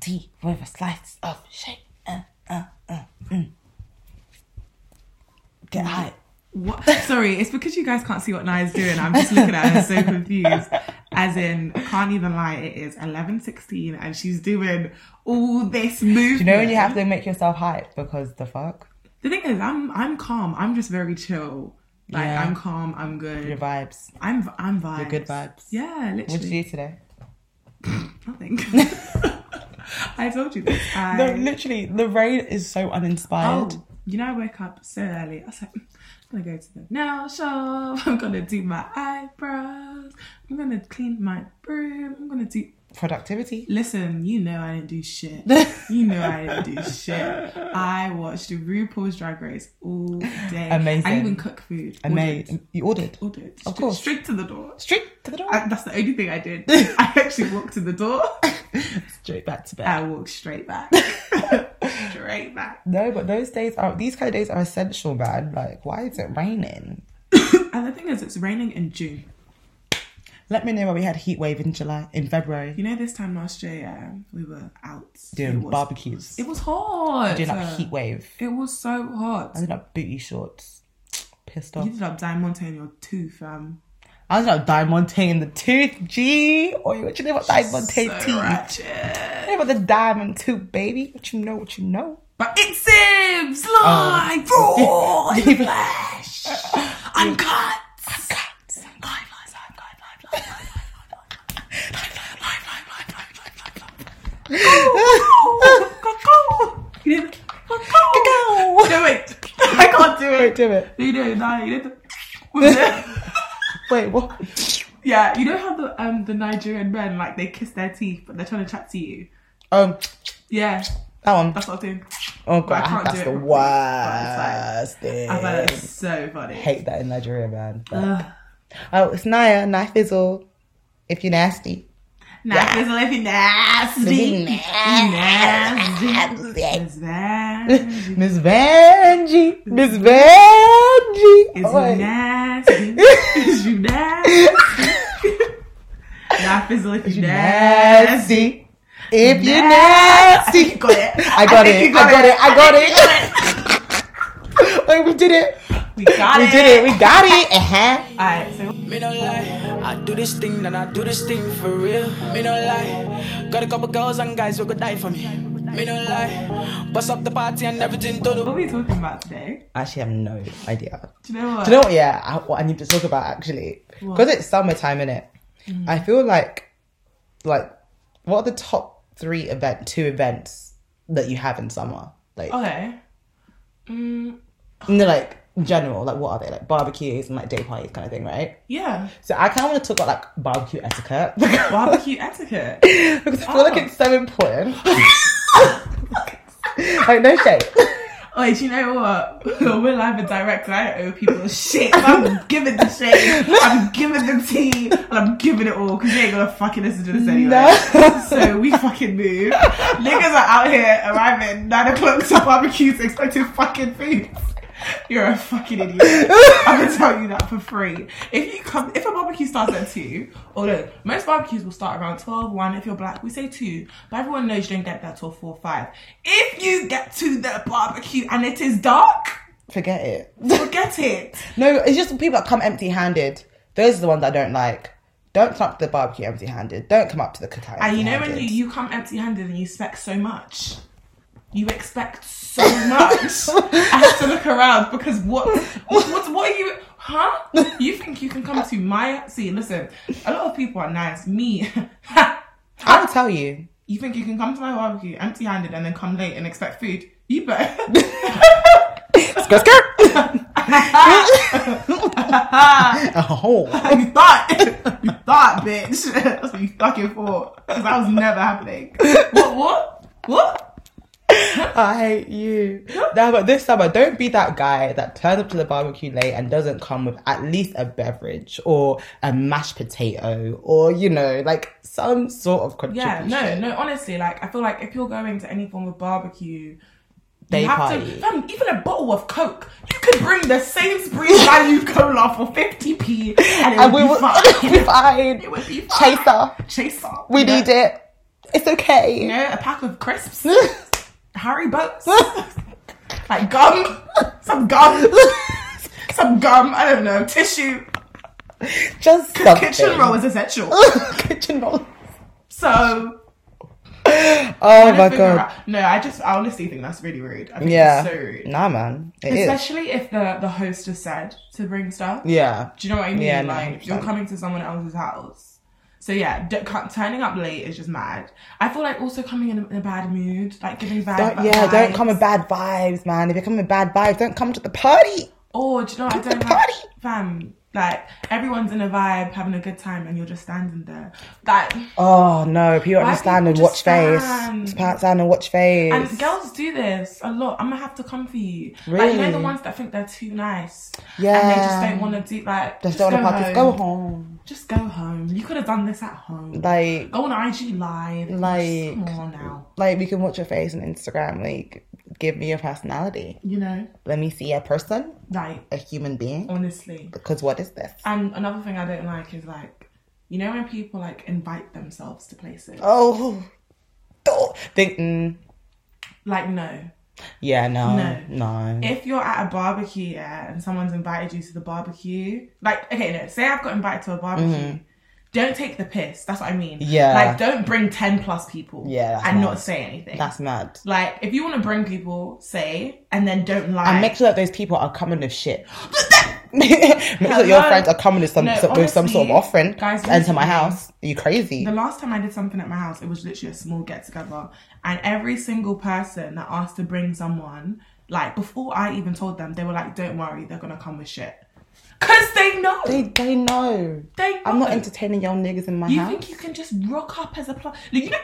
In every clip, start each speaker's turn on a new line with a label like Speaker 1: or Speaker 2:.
Speaker 1: tea with a slice of shake. Uh, uh, uh, mm. Get high.
Speaker 2: What? Sorry, it's because you guys can't see what Naya's doing. I'm just looking at her so confused. As in, can't even lie. It is 11:16, and she's doing all this movement.
Speaker 1: You know when you have to make yourself hype because the fuck?
Speaker 2: the thing is, I'm I'm calm. I'm just very chill. Like
Speaker 1: Yeah.
Speaker 2: I'm calm. I'm good.
Speaker 1: Your vibes.
Speaker 2: I'm I'm vibes.
Speaker 1: Your good vibes.
Speaker 2: Yeah, literally.
Speaker 1: What did you do today?
Speaker 2: Nothing. I told you this. I,
Speaker 1: No, literally, the rain is so uninspired.
Speaker 2: Oh, you know, I woke up so early. I was like, "Mm, I'm gonna go to the nail shop. I'm gonna do my eyebrows. I'm gonna clean my room. I'm gonna do.
Speaker 1: Productivity.
Speaker 2: Listen, you know I didn't do shit. you know I didn't do shit. I watched RuPaul's Drag Race all day. I
Speaker 1: Amazing.
Speaker 2: even cooked food.
Speaker 1: I
Speaker 2: Ordered.
Speaker 1: made. You ordered.
Speaker 2: Ordered.
Speaker 1: Of
Speaker 2: Stra-
Speaker 1: course.
Speaker 2: Straight to the door.
Speaker 1: Straight to the door.
Speaker 2: I, that's the only thing I did. I actually walked to the door.
Speaker 1: Straight back to bed.
Speaker 2: I walked straight back. straight back.
Speaker 1: No, but those days are these kind of days are essential, man. Like, why is it raining?
Speaker 2: And the thing is, it's raining in June.
Speaker 1: Let me know why we had heat wave in July, in February,
Speaker 2: You know, this time last year, yeah, we were out
Speaker 1: doing
Speaker 2: it was,
Speaker 1: barbecues,
Speaker 2: It was hot.
Speaker 1: doing like heat wave,
Speaker 2: It was so hot.
Speaker 1: I did like booty shorts. Pissed off.
Speaker 2: You did up diamante in your tooth, um.
Speaker 1: I was like diamante in the tooth, G. Or what you know about diamante
Speaker 2: So
Speaker 1: teeth? You
Speaker 2: ratchet.
Speaker 1: know about the diamond tooth, baby. What you know? What you know?
Speaker 2: But it seems
Speaker 1: Oh.
Speaker 2: live, raw, in the flesh, uncut.
Speaker 1: Cuts.
Speaker 2: Live, live, live, live, live, live, live, live, live, live, live, live, live, live, live, live, live, live. Oh, You did the- No, wait. I can't do
Speaker 1: Wait,
Speaker 2: it.
Speaker 1: do it.
Speaker 2: You know, nah, you did the-
Speaker 1: Wait, what?
Speaker 2: Yeah, you know how the um the Nigerian men like they kiss their teeth, but they're trying to chat to you.
Speaker 1: Um,
Speaker 2: Yeah,
Speaker 1: that one.
Speaker 2: that's what I'm doing.
Speaker 1: Oh
Speaker 2: I
Speaker 1: god,
Speaker 2: can't
Speaker 1: that's
Speaker 2: do it
Speaker 1: the
Speaker 2: properly, but
Speaker 1: worst thing.
Speaker 2: I find that so funny.
Speaker 1: hate that in Nigeria, man. But-
Speaker 2: Ugh.
Speaker 1: Oh, it's Naya, knife fizzle. If you're nasty.
Speaker 2: Nah, it's like you nasty. Nasty. It's nasty.
Speaker 1: Miss Vanjie. Miss Vanjie.
Speaker 2: Is
Speaker 1: Oh, wait.
Speaker 2: you nasty? Is you nasty? Nah, fizzle if
Speaker 1: If
Speaker 2: you
Speaker 1: you're
Speaker 2: nasty.
Speaker 1: nasty. If you're
Speaker 2: Nasty.
Speaker 1: nasty.
Speaker 2: You got it.
Speaker 1: I got
Speaker 2: think
Speaker 1: it.
Speaker 2: you
Speaker 1: I got it. I got
Speaker 2: think
Speaker 1: it. Wait, we did it.
Speaker 2: you got it. We got
Speaker 1: We
Speaker 2: it.
Speaker 1: did it. We got it. Uh-huh.
Speaker 2: All right, so
Speaker 3: Me no lie, I do this thing and I do this thing for real. Me no lie, got a couple girls and guys who could die for me. Me no lie, bust up the party and everything to the
Speaker 2: what are we talking about today?
Speaker 1: I actually have no idea.
Speaker 2: Do you know what?
Speaker 1: Do you know what? Yeah, I, what I need to talk about actually, because it's summertime in it.
Speaker 2: Mm.
Speaker 1: I feel like, like, what are the top three event, two events that you have in summer? Like,
Speaker 2: okay. Mm,
Speaker 1: in the, like general, like what are they? Like barbecues and like day parties kind of thing, right?
Speaker 2: yeah,
Speaker 1: So I kind of want to talk about like barbecue etiquette because
Speaker 2: barbecue etiquette.
Speaker 1: I feel like it's
Speaker 2: Ah.
Speaker 1: so important. like no shade.
Speaker 2: Wait, do Oh, you know what? We're live and direct. and I don't owe people shit. I'm giving the shade. I'm giving the tea. And I'm giving it all because you ain't gonna fucking listen to this anyway.
Speaker 1: No.
Speaker 2: So we fucking move. Niggas are out here arriving nine o'clock to barbecues expecting fucking food. You're a fucking idiot. I'm gonna tell you that for free. If you come, if a barbecue starts at two, although most barbecues will start around 12, 1. If you're black, we say two, but everyone knows you don't get there till four, five. If you get to the barbecue and it is dark,
Speaker 1: Forget it.
Speaker 2: forget it.
Speaker 1: No, it's just the people that come empty handed. Those are the ones I don't like. Don't come up to the barbecue empty handed. Don't come up to the cookout.
Speaker 2: And you know when you,
Speaker 1: empty-handed.
Speaker 2: you come empty handed and you expect so much. You expect so much. I have to look around because what what what, what are you huh? You think you can come to my see, listen, a lot of people are nice. Me
Speaker 1: I will tell you.
Speaker 2: you think you can come to my barbecue empty handed and then come late and expect food? You better
Speaker 1: Skirt, skirt. oh,
Speaker 2: you thought you thought, bitch. That's what you fucking for. Because that was never happening. What what? What?
Speaker 1: I hate you. No, but this summer, don't be that guy that turns up to the barbecue late and doesn't come with at least a beverage or a mashed potato or you know, like some sort of
Speaker 2: Yeah,
Speaker 1: contribution.
Speaker 2: no, no, honestly, like I feel like if you're going to any form of barbecue,
Speaker 1: Day
Speaker 2: you have
Speaker 1: party.
Speaker 2: to fam, even a bottle of Coke, you could bring the Sainsbury's value cola for 50p and it
Speaker 1: and
Speaker 2: would
Speaker 1: we
Speaker 2: be
Speaker 1: will
Speaker 2: fine.
Speaker 1: be fine.
Speaker 2: It would be fine.
Speaker 1: Chaser,
Speaker 2: Chaser.
Speaker 1: we
Speaker 2: Yeah.
Speaker 1: need it. It's okay.
Speaker 2: You know, a pack of crisps, Harry Butts, like gum, some gum, some gum. I don't know, tissue.
Speaker 1: Just something.
Speaker 2: Kitchen roll is essential.
Speaker 1: kitchen roll.
Speaker 2: So
Speaker 1: Oh
Speaker 2: trying to
Speaker 1: my
Speaker 2: figure
Speaker 1: god.
Speaker 2: out- No, I just I honestly think that's really rude. I think
Speaker 1: Yeah.
Speaker 2: it's so rude.
Speaker 1: Nah, man. It is.
Speaker 2: Especially if the the host has said to bring stuff.
Speaker 1: Yeah.
Speaker 2: Do you know what I mean?
Speaker 1: Yeah, no,
Speaker 2: like you're
Speaker 1: 100%.
Speaker 2: coming to someone else's house. So yeah, d- cu- turning up late is just mad. I feel like also coming in a, in a bad mood, like giving bad.
Speaker 1: Don't,
Speaker 2: bad
Speaker 1: yeah, don't
Speaker 2: vibes.
Speaker 1: come with bad vibes, man. If you're coming with bad vibes, don't come to the party.
Speaker 2: Or do you know what? I
Speaker 1: the
Speaker 2: don't
Speaker 1: party.
Speaker 2: like fam. Like everyone's in a vibe, having a good time, and you're just standing there. Like,
Speaker 1: Oh no, people
Speaker 2: Why
Speaker 1: understand
Speaker 2: people
Speaker 1: and
Speaker 2: just
Speaker 1: watch face.
Speaker 2: stand?
Speaker 1: Just pat down and watch face.
Speaker 2: and girls do this a lot. I'm gonna have to come for you. Like, you know the
Speaker 1: Really?
Speaker 2: ones that think they're too nice, and they just
Speaker 1: Yeah.
Speaker 2: don't want to do like.
Speaker 1: Just don't want to party. Go home.
Speaker 2: Just go home. You could have done this at home.
Speaker 1: Like,
Speaker 2: Go on IG live.
Speaker 1: Like-
Speaker 2: come on now.
Speaker 1: like we can watch your face on Instagram. Like, give me your personality.
Speaker 2: You know,
Speaker 1: Let me see a person,
Speaker 2: like
Speaker 1: a human
Speaker 2: Mm.
Speaker 1: being.
Speaker 2: honestly.
Speaker 1: Because what is this?
Speaker 2: And another thing I don't like is like, you know when people like invite themselves to places.
Speaker 1: Oh, oh. think. Mm,
Speaker 2: Like no,
Speaker 1: yeah, no,
Speaker 2: No.
Speaker 1: no.
Speaker 2: if you're at a barbecue yeah, and someone's invited you to the barbecue, like okay, no, say I've got invited to a barbecue. Don't take the piss. That's what I mean.
Speaker 1: Mm-hmm. Yeah.
Speaker 2: Like, don't bring ten plus people.
Speaker 1: Yeah, that's
Speaker 2: And not
Speaker 1: nice.
Speaker 2: say anything.
Speaker 1: That's mad.
Speaker 2: like, if you want to bring people, say, and then don't lie.
Speaker 1: And make sure that those people are coming with shit. make sure that your
Speaker 2: Hello?
Speaker 1: friends are coming with some,
Speaker 2: No,
Speaker 1: some- with some sort of
Speaker 2: honestly,
Speaker 1: offering
Speaker 2: guys,
Speaker 1: into my
Speaker 2: listen.
Speaker 1: house. Are you crazy?
Speaker 2: The last time I did something at my house, it was literally a small get together, and every single person that asked to bring someone, like before I even told them, they were like, "Don't worry, they're gonna come with shit," because they know.
Speaker 1: They,
Speaker 2: They,
Speaker 1: they know.
Speaker 2: know.
Speaker 1: I'm not entertaining y'all niggas in my
Speaker 2: You
Speaker 1: house.
Speaker 2: think you can just rock up as a plus? Like, you know,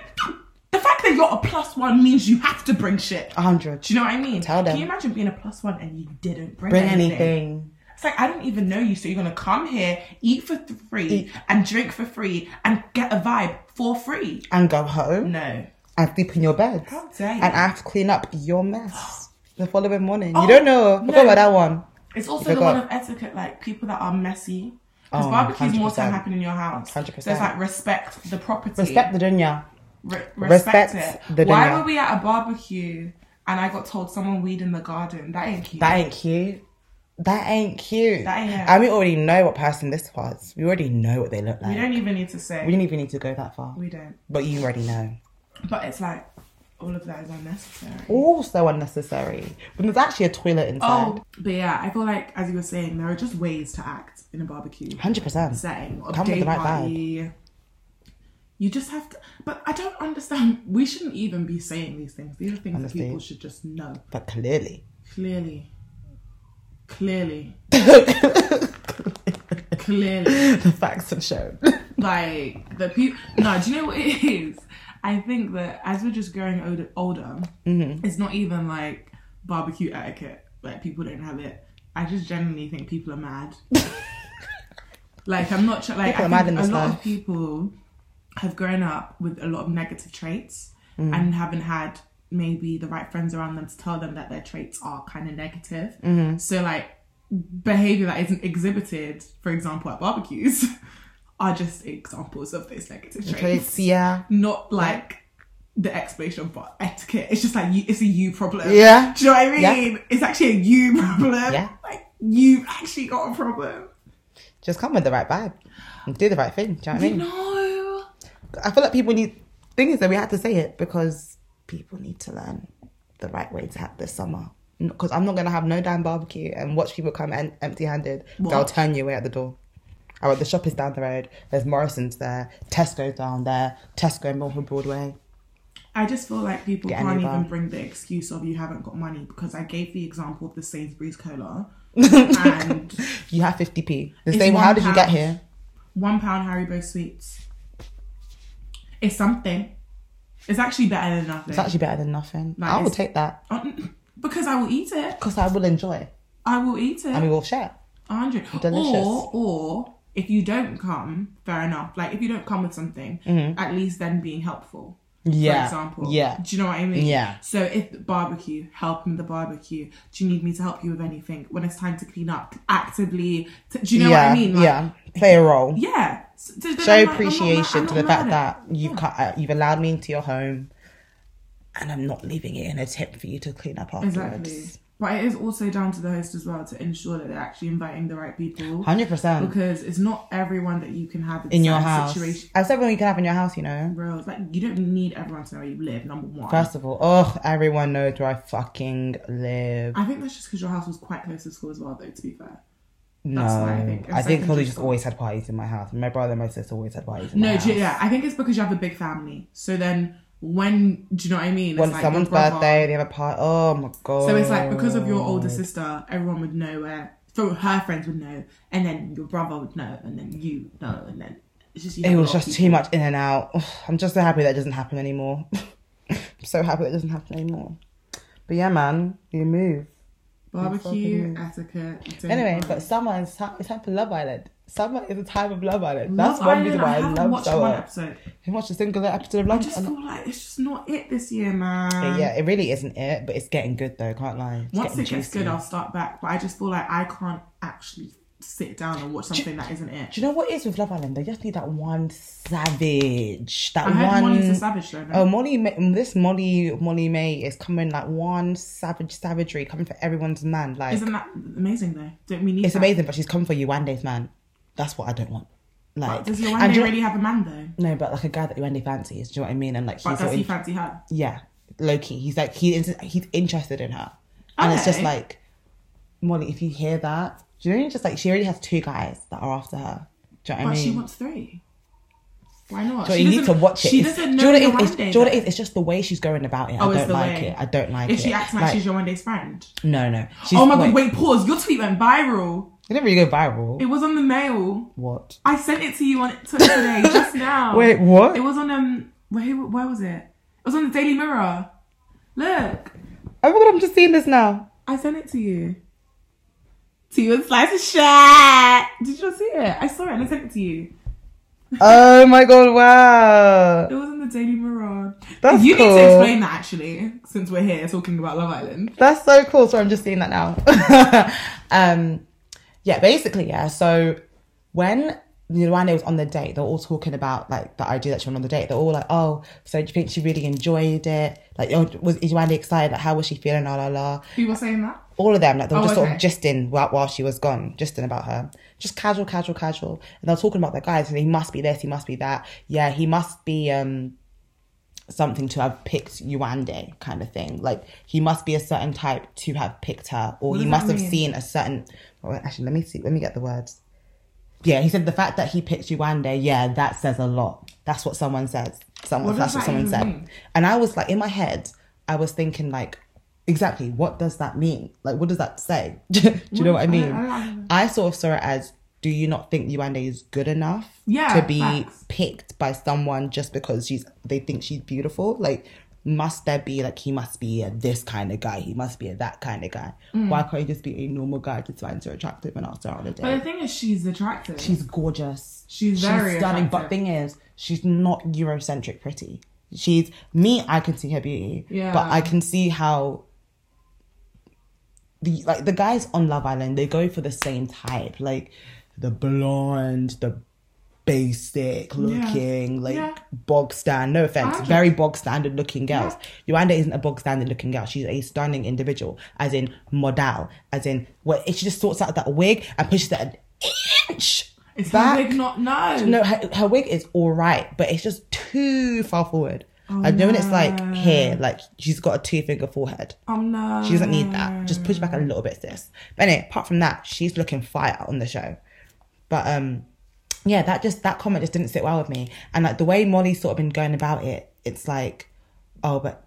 Speaker 2: the fact that you're a plus one means you have to bring shit.
Speaker 1: A hundred.
Speaker 2: Do you know what I mean?
Speaker 1: Uh, Tell them.
Speaker 2: Can you imagine being a plus one and you didn't bring,
Speaker 1: Bring
Speaker 2: anything?
Speaker 1: anything.
Speaker 2: It's like I don't even know you, so you're gonna come here, eat for free, and drink for free, and get a vibe for free.
Speaker 1: and go home
Speaker 2: No.
Speaker 1: and sleep in your bed.
Speaker 2: How dare you?
Speaker 1: And I have to clean up your mess the following morning.
Speaker 2: Oh,
Speaker 1: you don't know.
Speaker 2: no.
Speaker 1: Forgot about that one.
Speaker 2: It's also
Speaker 1: You
Speaker 2: the one
Speaker 1: forgot.
Speaker 2: of etiquette, like people that are messy. Because
Speaker 1: Oh,
Speaker 2: barbecues more
Speaker 1: 100%.
Speaker 2: time happen in your house. So
Speaker 1: 100%.
Speaker 2: it's like respect the property.
Speaker 1: Respect the dunya.
Speaker 2: Re- respect,
Speaker 1: respect
Speaker 2: it.
Speaker 1: the
Speaker 2: Why
Speaker 1: dunya.
Speaker 2: were we at a barbecue and I got told someone weed in the garden? That ain't cute.
Speaker 1: That ain't cute. That ain't cute.
Speaker 2: That ain't it.
Speaker 1: And we already know what person this was. We already know what they look
Speaker 2: we
Speaker 1: like.
Speaker 2: don't even need to say.
Speaker 1: We didn't even need to go that far.
Speaker 2: we don't.
Speaker 1: But you already know.
Speaker 2: But it's like, all of that is unnecessary.
Speaker 1: Also unnecessary. When there's actually a toilet inside.
Speaker 2: Oh, but yeah, I feel like as you were saying, there are just ways to act in a barbecue
Speaker 1: 100%.
Speaker 2: setting or a
Speaker 1: Come with
Speaker 2: day
Speaker 1: the right
Speaker 2: party. You just have to, but I don't understand. We shouldn't even be saying these things. These are things
Speaker 1: Honestly.
Speaker 2: that people should just know
Speaker 1: But clearly.
Speaker 2: clearly, clearly, clearly.
Speaker 1: the facts have shown.
Speaker 2: Like the people. No, do you know what it is? I think that as we're just growing older, older
Speaker 1: Mm-hmm.
Speaker 2: it's not even like barbecue etiquette. Like people don't have it. I just generally think people are mad. like I'm not tr- like
Speaker 1: People
Speaker 2: I
Speaker 1: are mad
Speaker 2: think
Speaker 1: in this
Speaker 2: a lot
Speaker 1: life.
Speaker 2: of people have grown up with a lot of negative traits
Speaker 1: Mm-hmm.
Speaker 2: and haven't had maybe the right friends around them to tell them that their traits are kind of negative.
Speaker 1: Mm-hmm.
Speaker 2: So like behavior that isn't exhibited, for example, at barbecues, are just examples of those negative traits.
Speaker 1: Traits, yeah.
Speaker 2: Not like the explanation for etiquette. It's just like you, it's a you problem.
Speaker 1: Yeah.
Speaker 2: Do you know what I mean?
Speaker 1: Yeah.
Speaker 2: It's actually a you problem.
Speaker 1: Yeah.
Speaker 2: Like you've actually got a problem.
Speaker 1: Just come with the right vibe. And do the right thing. Do you know what I
Speaker 2: You
Speaker 1: mean?
Speaker 2: know.
Speaker 1: I feel like people need thing is that we had to say it because people need to learn the right way to act this summer. Because I'm not gonna have no damn barbecue and watch people come en- empty-handed. They'll
Speaker 2: What?
Speaker 1: turn you away at the door. All right, the shop is down the road. There's Morrison's there, Tesco's down there, Tesco in Milford Broadway.
Speaker 2: I just feel like people
Speaker 1: Get
Speaker 2: can't
Speaker 1: any
Speaker 2: even
Speaker 1: bar.
Speaker 2: bring the excuse of you haven't got money because I gave the example of the Sainsbury's cola and
Speaker 1: You have 50p. The
Speaker 2: It's
Speaker 1: same.
Speaker 2: one
Speaker 1: How did you get
Speaker 2: pound.
Speaker 1: here?
Speaker 2: one pound Haribo sweets. It's something. It's actually better than nothing.
Speaker 1: It's actually better than nothing.
Speaker 2: Like,
Speaker 1: I will
Speaker 2: it's-
Speaker 1: take that
Speaker 2: Um, because I will eat it.
Speaker 1: because I will enjoy
Speaker 2: I will eat
Speaker 1: and we
Speaker 2: it.
Speaker 1: will share.
Speaker 2: A hundred.
Speaker 1: Delicious.
Speaker 2: Or or if you don't come, fair enough. Like if you don't come with something, at least then being helpful.
Speaker 1: Mm-hmm. Yeah.
Speaker 2: For example.
Speaker 1: Yeah.
Speaker 2: Do you know what I mean?
Speaker 1: Yeah.
Speaker 2: So if the barbecue, help in the barbecue. Do you need me to help you with anything? When it's time to clean up, actively. t- do you know
Speaker 1: yeah,
Speaker 2: what I mean? Like,
Speaker 1: yeah. Play a role.
Speaker 2: Yeah. So- so then
Speaker 1: show
Speaker 2: I'm like, I'm not mad-
Speaker 1: appreciation
Speaker 2: I'm
Speaker 1: to
Speaker 2: not
Speaker 1: the
Speaker 2: mad
Speaker 1: fact
Speaker 2: at
Speaker 1: that
Speaker 2: it.
Speaker 1: you cut, uh, you've allowed me into your home, and I'm not leaving it in a tip for you to clean up afterwards.
Speaker 2: Exactly. But it is also down to the host as well to ensure that they're actually inviting the right people.
Speaker 1: Hundred percent
Speaker 2: Because it's not everyone that you can have
Speaker 1: in your
Speaker 2: certain
Speaker 1: house.
Speaker 2: Situation.
Speaker 1: I've said when we can have in your house, you know.
Speaker 2: Bro, it's like you don't need everyone to know where you live. Number one.
Speaker 1: First of all, oh, everyone knows where I fucking live.
Speaker 2: I think that's just because your house was quite close to school as well, though. To be fair.
Speaker 1: no,
Speaker 2: what I think.
Speaker 1: I
Speaker 2: It's
Speaker 1: think
Speaker 2: like
Speaker 1: probably
Speaker 2: just-
Speaker 1: just always had parties in my house. My brother and my sister always had parties. In my
Speaker 2: No,
Speaker 1: house.
Speaker 2: do you- yeah, I think it's because you have a big family. So then, when do you know what I mean? It's
Speaker 1: When
Speaker 2: like your
Speaker 1: someone's
Speaker 2: brother-
Speaker 1: birthday, they have a party. Oh my god!
Speaker 2: So it's like because of your
Speaker 1: Oh.
Speaker 2: older sister, everyone would know where. So her friends would know, and then your brother would know, and then you know, and then it's just. You
Speaker 1: It
Speaker 2: have a
Speaker 1: was
Speaker 2: lot of
Speaker 1: just too
Speaker 2: people.
Speaker 1: much in and out. Ugh, I'm just so happy that doesn't happen anymore. I'm so happy that doesn't happen anymore. But yeah, man, you move.
Speaker 2: barbecue etiquette. don't
Speaker 1: Anyway,
Speaker 2: mind.
Speaker 1: but summer is time, it's time for Love Island. Summer is a time of Love Island. That's
Speaker 2: Love
Speaker 1: one
Speaker 2: Island,
Speaker 1: reason why I,
Speaker 2: haven't
Speaker 1: love
Speaker 2: watched one
Speaker 1: summer.
Speaker 2: episode.
Speaker 1: I watched a single episode of
Speaker 2: I
Speaker 1: Love
Speaker 2: just
Speaker 1: Island.
Speaker 2: feel like it's just not it this year, man.
Speaker 1: Yeah, it really isn't it, but it's getting good though. Can't lie. It's
Speaker 2: Once
Speaker 1: getting
Speaker 2: it gets
Speaker 1: juicy.
Speaker 2: good, I'll start back. But I just feel like I can't actually sit down and watch something that isn't it.
Speaker 1: Do you know what it is with Love Island? They just need that one savage. That
Speaker 2: I heard
Speaker 1: one.
Speaker 2: Molly's a savage though.
Speaker 1: Oh,
Speaker 2: No?
Speaker 1: Molly, Ma- this Molly, Molly May is coming like one savage savagery coming for everyone's man. Like
Speaker 2: Isn't that amazing though? Don't we need?
Speaker 1: it's
Speaker 2: that?
Speaker 1: amazing, but she's coming for Yuande's man. That's what I don't want. Like,
Speaker 2: Does your
Speaker 1: and
Speaker 2: one
Speaker 1: do you
Speaker 2: really have a man though?
Speaker 1: know- no, but like a guy that Yuande fancies. Do you know what I mean? And like he's
Speaker 2: But
Speaker 1: sort
Speaker 2: does he
Speaker 1: of,
Speaker 2: fancy her?
Speaker 1: yeah, low key. He's like he is- he's interested in her, and it's just
Speaker 2: Okay.
Speaker 1: like Molly. If you hear that, do you know? what I mean? Just like she already has two guys that are after her. Do you know what
Speaker 2: But
Speaker 1: I mean?
Speaker 2: she wants three. Why not?
Speaker 1: So
Speaker 2: She
Speaker 1: you need to
Speaker 2: doesn't-
Speaker 1: watch it.
Speaker 2: She
Speaker 1: It's- do you
Speaker 2: doesn't know
Speaker 1: know what
Speaker 2: your
Speaker 1: it is?
Speaker 2: one
Speaker 1: It's-
Speaker 2: day.
Speaker 1: do you know
Speaker 2: though.
Speaker 1: what it is? It's just the way she's going about it.
Speaker 2: Oh,
Speaker 1: I
Speaker 2: it's
Speaker 1: don't
Speaker 2: the
Speaker 1: like
Speaker 2: way.
Speaker 1: it. I don't like
Speaker 2: If
Speaker 1: it.
Speaker 2: she acts like, she's your one day's friend.
Speaker 1: no, no. She's-
Speaker 2: oh my god! Wait, pause. Your tweet went viral.
Speaker 1: It didn't really go viral.
Speaker 2: It was on the mail.
Speaker 1: what?
Speaker 2: I sent it to you on Twitter today, just now.
Speaker 1: Wait, what?
Speaker 2: It was on um. Where, where was it? It was on the Daily Mirror. Look,
Speaker 1: Oh my god, I'm just seeing this now.
Speaker 2: I sent it to you. To you and slice of shit. Did you not see it? I saw it and I sent it to you.
Speaker 1: Oh my god, wow.
Speaker 2: It was on the Daily Mirror.
Speaker 1: That's
Speaker 2: you need
Speaker 1: cool.
Speaker 2: to explain that actually, since we're here talking about Love Island.
Speaker 1: That's so cool. So I'm just seeing that now. um, yeah, basically, yeah. So when Luana was on the date, they were all talking about like the idea that she went on the date. They're all like, "Oh, so do you think she really enjoyed it? Like, oh, was is Luana excited? Like, how was she feeling? La la la."
Speaker 2: People saying that.
Speaker 1: all of them, like they were
Speaker 2: Oh,
Speaker 1: just
Speaker 2: okay.
Speaker 1: sort of gisting while, while she was gone, gisting about her. Just casual, casual, casual. And they were talking about the guys, and he must be this, he must be that. Yeah, he must be um something to have picked Yuande kind of thing. Like he must be a certain type to have picked her, or he
Speaker 2: does
Speaker 1: must
Speaker 2: that
Speaker 1: have
Speaker 2: mean?
Speaker 1: seen a certain. Oh, actually, let me see. Let me get the words. Yeah, he said the fact that he picked Yuande, yeah, that says a lot. That's what someone says. Someone,
Speaker 2: What
Speaker 1: that's
Speaker 2: does
Speaker 1: what
Speaker 2: that
Speaker 1: someone
Speaker 2: even
Speaker 1: said.
Speaker 2: mean?
Speaker 1: And I was like, in my head, I was thinking like, exactly, what does that mean? Like, what does that say? Do you know what I
Speaker 2: I-
Speaker 1: mean?
Speaker 2: I don't
Speaker 1: I,
Speaker 2: know.
Speaker 1: sort of saw it as, do you not think Yuande is good enough
Speaker 2: Yeah,
Speaker 1: to be
Speaker 2: facts.
Speaker 1: picked by someone just because she's they think she's beautiful? Like, must there be like he must be a this kind of guy? He must be a that kind of guy.
Speaker 2: Mm.
Speaker 1: Why can't he just be a normal guy just finds her attractive and ask her out on a date?
Speaker 2: But the thing is, she's attractive.
Speaker 1: She's gorgeous.
Speaker 2: She's very
Speaker 1: stunning. But
Speaker 2: attractive.
Speaker 1: thing is, she's not Eurocentric pretty. She's me. I can see her beauty.
Speaker 2: Yeah.
Speaker 1: But I can see how the like the guys on Love Island they go for the same type, like the blonde, the basic looking, like
Speaker 2: Yeah.
Speaker 1: bog stand. No offense,
Speaker 2: I just-
Speaker 1: very bog standard looking girls. Yuanda isn't a bog standard looking girl. She's a stunning individual, as in model, as in what she just sorts out that wig and pushes it an inch
Speaker 2: it's
Speaker 1: back.
Speaker 2: her wig, not no.
Speaker 1: No, her, her wig is all right, but it's just too far forward. I know when it's like here,
Speaker 2: Ah.
Speaker 1: like she's got a two finger forehead.
Speaker 2: Oh no.
Speaker 1: She doesn't need
Speaker 2: Oh,
Speaker 1: that. Just push back a little bit, sis. But anyway, apart from that, she's looking fire on the show. But um, yeah, that just that comment just didn't sit well with me. And like the way Molly's sort of been going about it, it's like, oh, but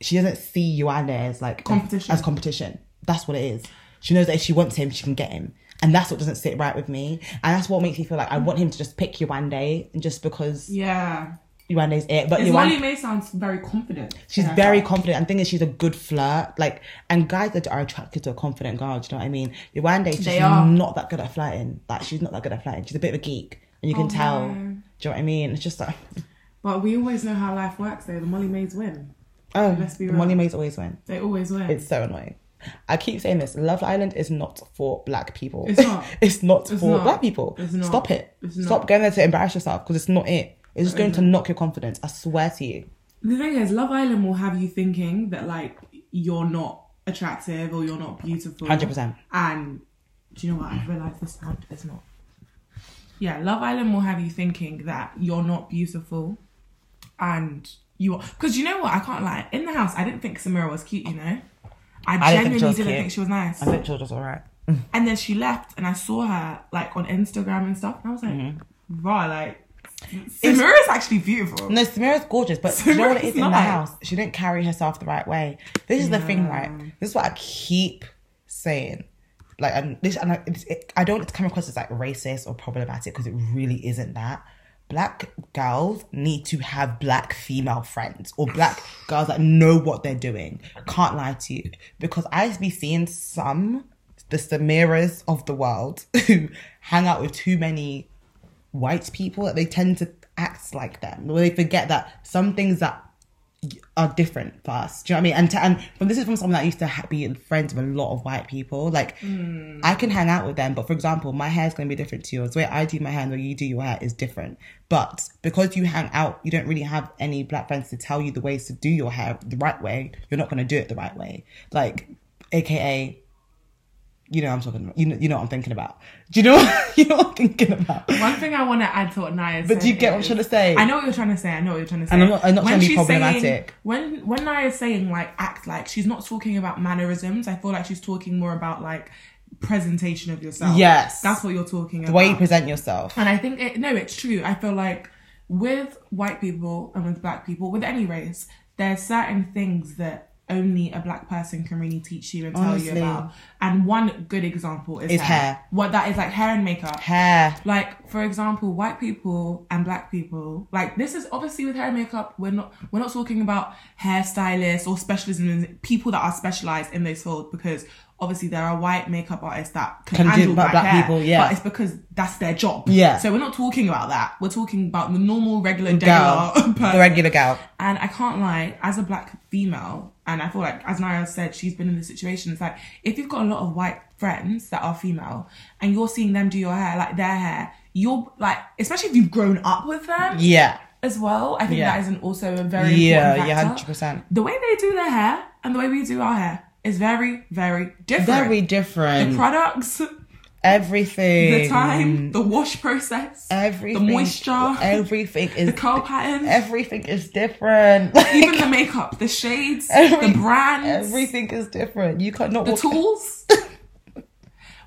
Speaker 1: she doesn't see Yuana as like
Speaker 2: Competition.
Speaker 1: As competition. That's what it is. She knows that if she wants him, she can get him. And that's what doesn't sit right with me. And that's what makes me feel like I want him to just pick Yuande just because
Speaker 2: Yeah.
Speaker 1: Yuande's it. But
Speaker 2: It's
Speaker 1: Yuande,
Speaker 2: Molly May sounds very confident.
Speaker 1: She's
Speaker 2: Yeah.
Speaker 1: very confident. And thing is, she's a good flirt. Like, and guys that are attracted to a confident girl, do you know what I mean? Rwanda's just
Speaker 2: They are.
Speaker 1: not that good at flirting. Like, she's not that good at flirting. She's a bit of a geek, and you can
Speaker 2: Oh,
Speaker 1: tell.
Speaker 2: no.
Speaker 1: Do you know what I mean? It's just like,
Speaker 2: But we always know how life works though. The Molly Mays win.
Speaker 1: oh,
Speaker 2: Let's be
Speaker 1: the
Speaker 2: real.
Speaker 1: Molly Mays always win.
Speaker 2: They always win.
Speaker 1: It's so annoying. I keep saying this. Love Island is not for black people.
Speaker 2: It's not.
Speaker 1: It's not
Speaker 2: It's
Speaker 1: for
Speaker 2: not.
Speaker 1: black people.
Speaker 2: It's not.
Speaker 1: Stop it.
Speaker 2: It's
Speaker 1: Stop
Speaker 2: not.
Speaker 1: going there to embarrass yourself because it's not it. It's just going to knock your confidence. I swear to you.
Speaker 2: The thing is, Love Island will have you thinking that like you're not attractive or you're not beautiful.
Speaker 1: 100%.
Speaker 2: And do you know what? I've realised this sound is not. Yeah, Love Island will have you thinking that you're not beautiful, and you are because you know what? I can't lie. In the house, I didn't think Samira was cute. You know, I,
Speaker 1: didn't think
Speaker 2: genuinely
Speaker 1: she
Speaker 2: didn't
Speaker 1: was cute.
Speaker 2: think she was nice.
Speaker 1: I think she was just alright.
Speaker 2: And then she left, and I saw her like on Instagram and stuff, and I was like,
Speaker 1: Mm-hmm.
Speaker 2: "Bruh, like Samira's actually beautiful."
Speaker 1: No, Samira's gorgeous, but do you know what it is
Speaker 2: Samira's
Speaker 1: in the
Speaker 2: not.
Speaker 1: house? She didn't carry herself the right way. This is the thing, right? This is what I keep saying. Like, and this, and I, it's, it, I don't want it to come across as like racist or problematic because it really isn't that. Black girls need to have black female friends or black girls that know what they're doing. Can't lie to you because I be seeing some the Samiras of the world who hang out with too many white people that they tend to act like them. Where they forget that some things that are different for us. Do you know what I mean? And to, and from this is from someone that used to ha- be friends with a lot of white people. Like I can hang out with them, but for example, my hair is going to be different to yours. The way I do my hair and the way you do your hair is different. But because you hang out, you don't really have any black friends to tell you the ways to do your hair the right way. You're not going to do it the right way. Like, aka. You know what I'm talking about. You know, you know what I'm thinking about. Do you know? you know what I'm thinking about.
Speaker 2: One thing I want to add to what Naya said.
Speaker 1: But do you get what I'm
Speaker 2: is-
Speaker 1: trying to say?
Speaker 2: I know what you're trying to say. I know what you're trying to say.
Speaker 1: And I'm not- I'm not trying to be
Speaker 2: she's Saying,
Speaker 1: problematic.
Speaker 2: when when Naya's saying like act like, she's not talking about mannerisms. I feel like she's talking more about like presentation of yourself.
Speaker 1: Yes.
Speaker 2: that's what you're talking about.
Speaker 1: The way you present yourself.
Speaker 2: And I think it, no, it's true. I feel like with white people and with black people, with any race, there's certain things that only a black person can really teach you and tell you
Speaker 1: Honestly.
Speaker 2: about. And one good example is,
Speaker 1: Is hair.
Speaker 2: What that is like hair and makeup.
Speaker 1: Hair.
Speaker 2: Like for example, white people and black people. Like this is obviously with hair and makeup. We're not we're not talking about hairstylists or specialism people that are specialized in those fields because obviously there are white makeup artists that can,
Speaker 1: Can do
Speaker 2: handle
Speaker 1: black-
Speaker 2: black,
Speaker 1: black
Speaker 2: hair,
Speaker 1: people, yeah.
Speaker 2: but it's because that's their job.
Speaker 1: Yeah.
Speaker 2: So we're not talking about that. We're talking about the normal, regular,
Speaker 1: Gal.
Speaker 2: regular person.
Speaker 1: The regular gal.
Speaker 2: And I can't lie, as a black female, and I feel like, as Naya said, she's been in this situation. It's like, if you've got a lot of white friends that are female and you're seeing them do your hair, like their hair, you're like, especially if you've grown up with them
Speaker 1: Yeah.
Speaker 2: as well, I think
Speaker 1: Yeah.
Speaker 2: that is an, also a very
Speaker 1: Yeah,
Speaker 2: important
Speaker 1: yeah,
Speaker 2: factor.
Speaker 1: 100%.
Speaker 2: The way they do their hair and the way we do our hair is very, very different.
Speaker 1: Very different.
Speaker 2: The products,
Speaker 1: everything.
Speaker 2: the time, the wash process,
Speaker 1: Everything.
Speaker 2: the moisture,
Speaker 1: Everything is.
Speaker 2: the curl pattern,
Speaker 1: Everything is different.
Speaker 2: even
Speaker 1: Like,
Speaker 2: the makeup, the shades,
Speaker 1: every-
Speaker 2: the brands,
Speaker 1: Everything is different. You cannot.
Speaker 2: the
Speaker 1: walk-
Speaker 2: tools.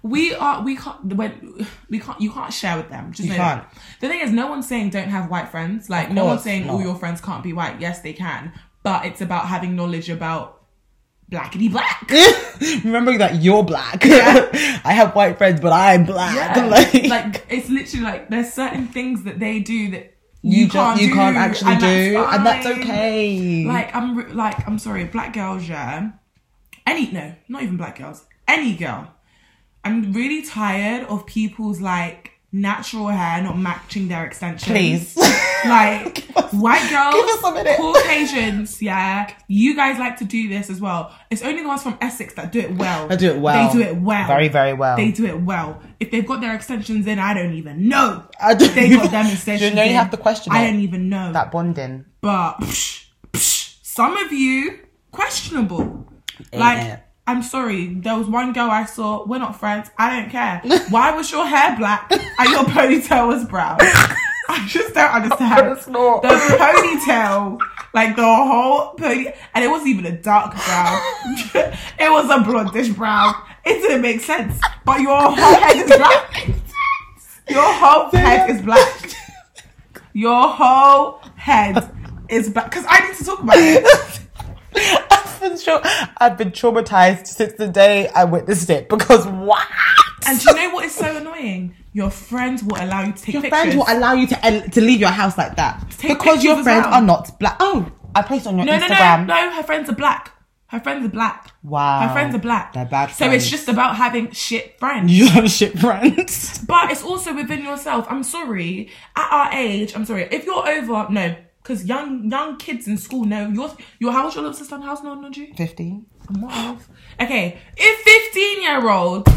Speaker 2: we are we can't when we can't you can't share with them. Just
Speaker 1: You
Speaker 2: know that.
Speaker 1: can't.
Speaker 2: The thing is, no one's saying don't have white friends. Like no
Speaker 1: course
Speaker 2: one's saying all
Speaker 1: not.
Speaker 2: your friends can't be white. Yes, they can, but it's about having knowledge about blackity black.
Speaker 1: Remembering that you're black. I have white friends, but I'm black.
Speaker 2: Yeah.
Speaker 1: Like,
Speaker 2: like it's literally like there's certain things that they do that
Speaker 1: you, can't. You
Speaker 2: do,
Speaker 1: can't actually
Speaker 2: and
Speaker 1: do,
Speaker 2: that's
Speaker 1: and that's
Speaker 2: fine.
Speaker 1: okay.
Speaker 2: Like I'm re- like I'm sorry, black girls, yeah. Any no, not even black girls. Any girl. I'm really tired of people's like natural hair not matching their extensions.
Speaker 1: Please.
Speaker 2: Like white girls,
Speaker 1: give us a minute.
Speaker 2: Caucasians, yeah. You guys like to do this as well. It's only the ones from Essex that do it well.
Speaker 1: I do it well.
Speaker 2: They do it well.
Speaker 1: Very, very well.
Speaker 2: They do it well. If they've got their extensions in, I don't even know.
Speaker 1: I don't
Speaker 2: they
Speaker 1: even-
Speaker 2: got them extensions.
Speaker 1: You know you
Speaker 2: in,
Speaker 1: have to question
Speaker 2: I
Speaker 1: it.
Speaker 2: don't even know.
Speaker 1: that bonding.
Speaker 2: but psh, psh, some of you questionable.
Speaker 1: Ain't
Speaker 2: like
Speaker 1: it?
Speaker 2: I'm sorry, there was one girl I saw. We're not friends. I don't care. Why was your hair black and your ponytail was brown? I just don't understand.
Speaker 1: It's not.
Speaker 2: The ponytail, like the whole pony, and it wasn't even a dark brown. it was a blondish brown. It didn't make sense. But your whole head is black. Your whole head is black. Your whole head is black. Because I need to talk about it.
Speaker 1: I've been, tra- I've been traumatized since the day I witnessed it because what?
Speaker 2: And do you know what is so annoying? Your friends will allow you to take
Speaker 1: your
Speaker 2: pictures.
Speaker 1: friends will allow you to en- to leave your house like that
Speaker 2: Take
Speaker 1: because your
Speaker 2: pictures as
Speaker 1: friends
Speaker 2: well.
Speaker 1: are not black. Oh, I placed on your
Speaker 2: no, no, no,
Speaker 1: Instagram.
Speaker 2: no. Her friends are black. Her friends are black.
Speaker 1: Wow.
Speaker 2: Her friends are black.
Speaker 1: They're bad
Speaker 2: So
Speaker 1: friends.
Speaker 2: it's just about having shit friends.
Speaker 1: You have shit friends.
Speaker 2: But it's also within yourself. I'm sorry. At our age, I'm sorry. If you're over, no, Cause young young kids in school know your your how old's your little sister in the house now, Nudgy?
Speaker 1: 15.
Speaker 2: I'm not off. Okay, if fifteen year olds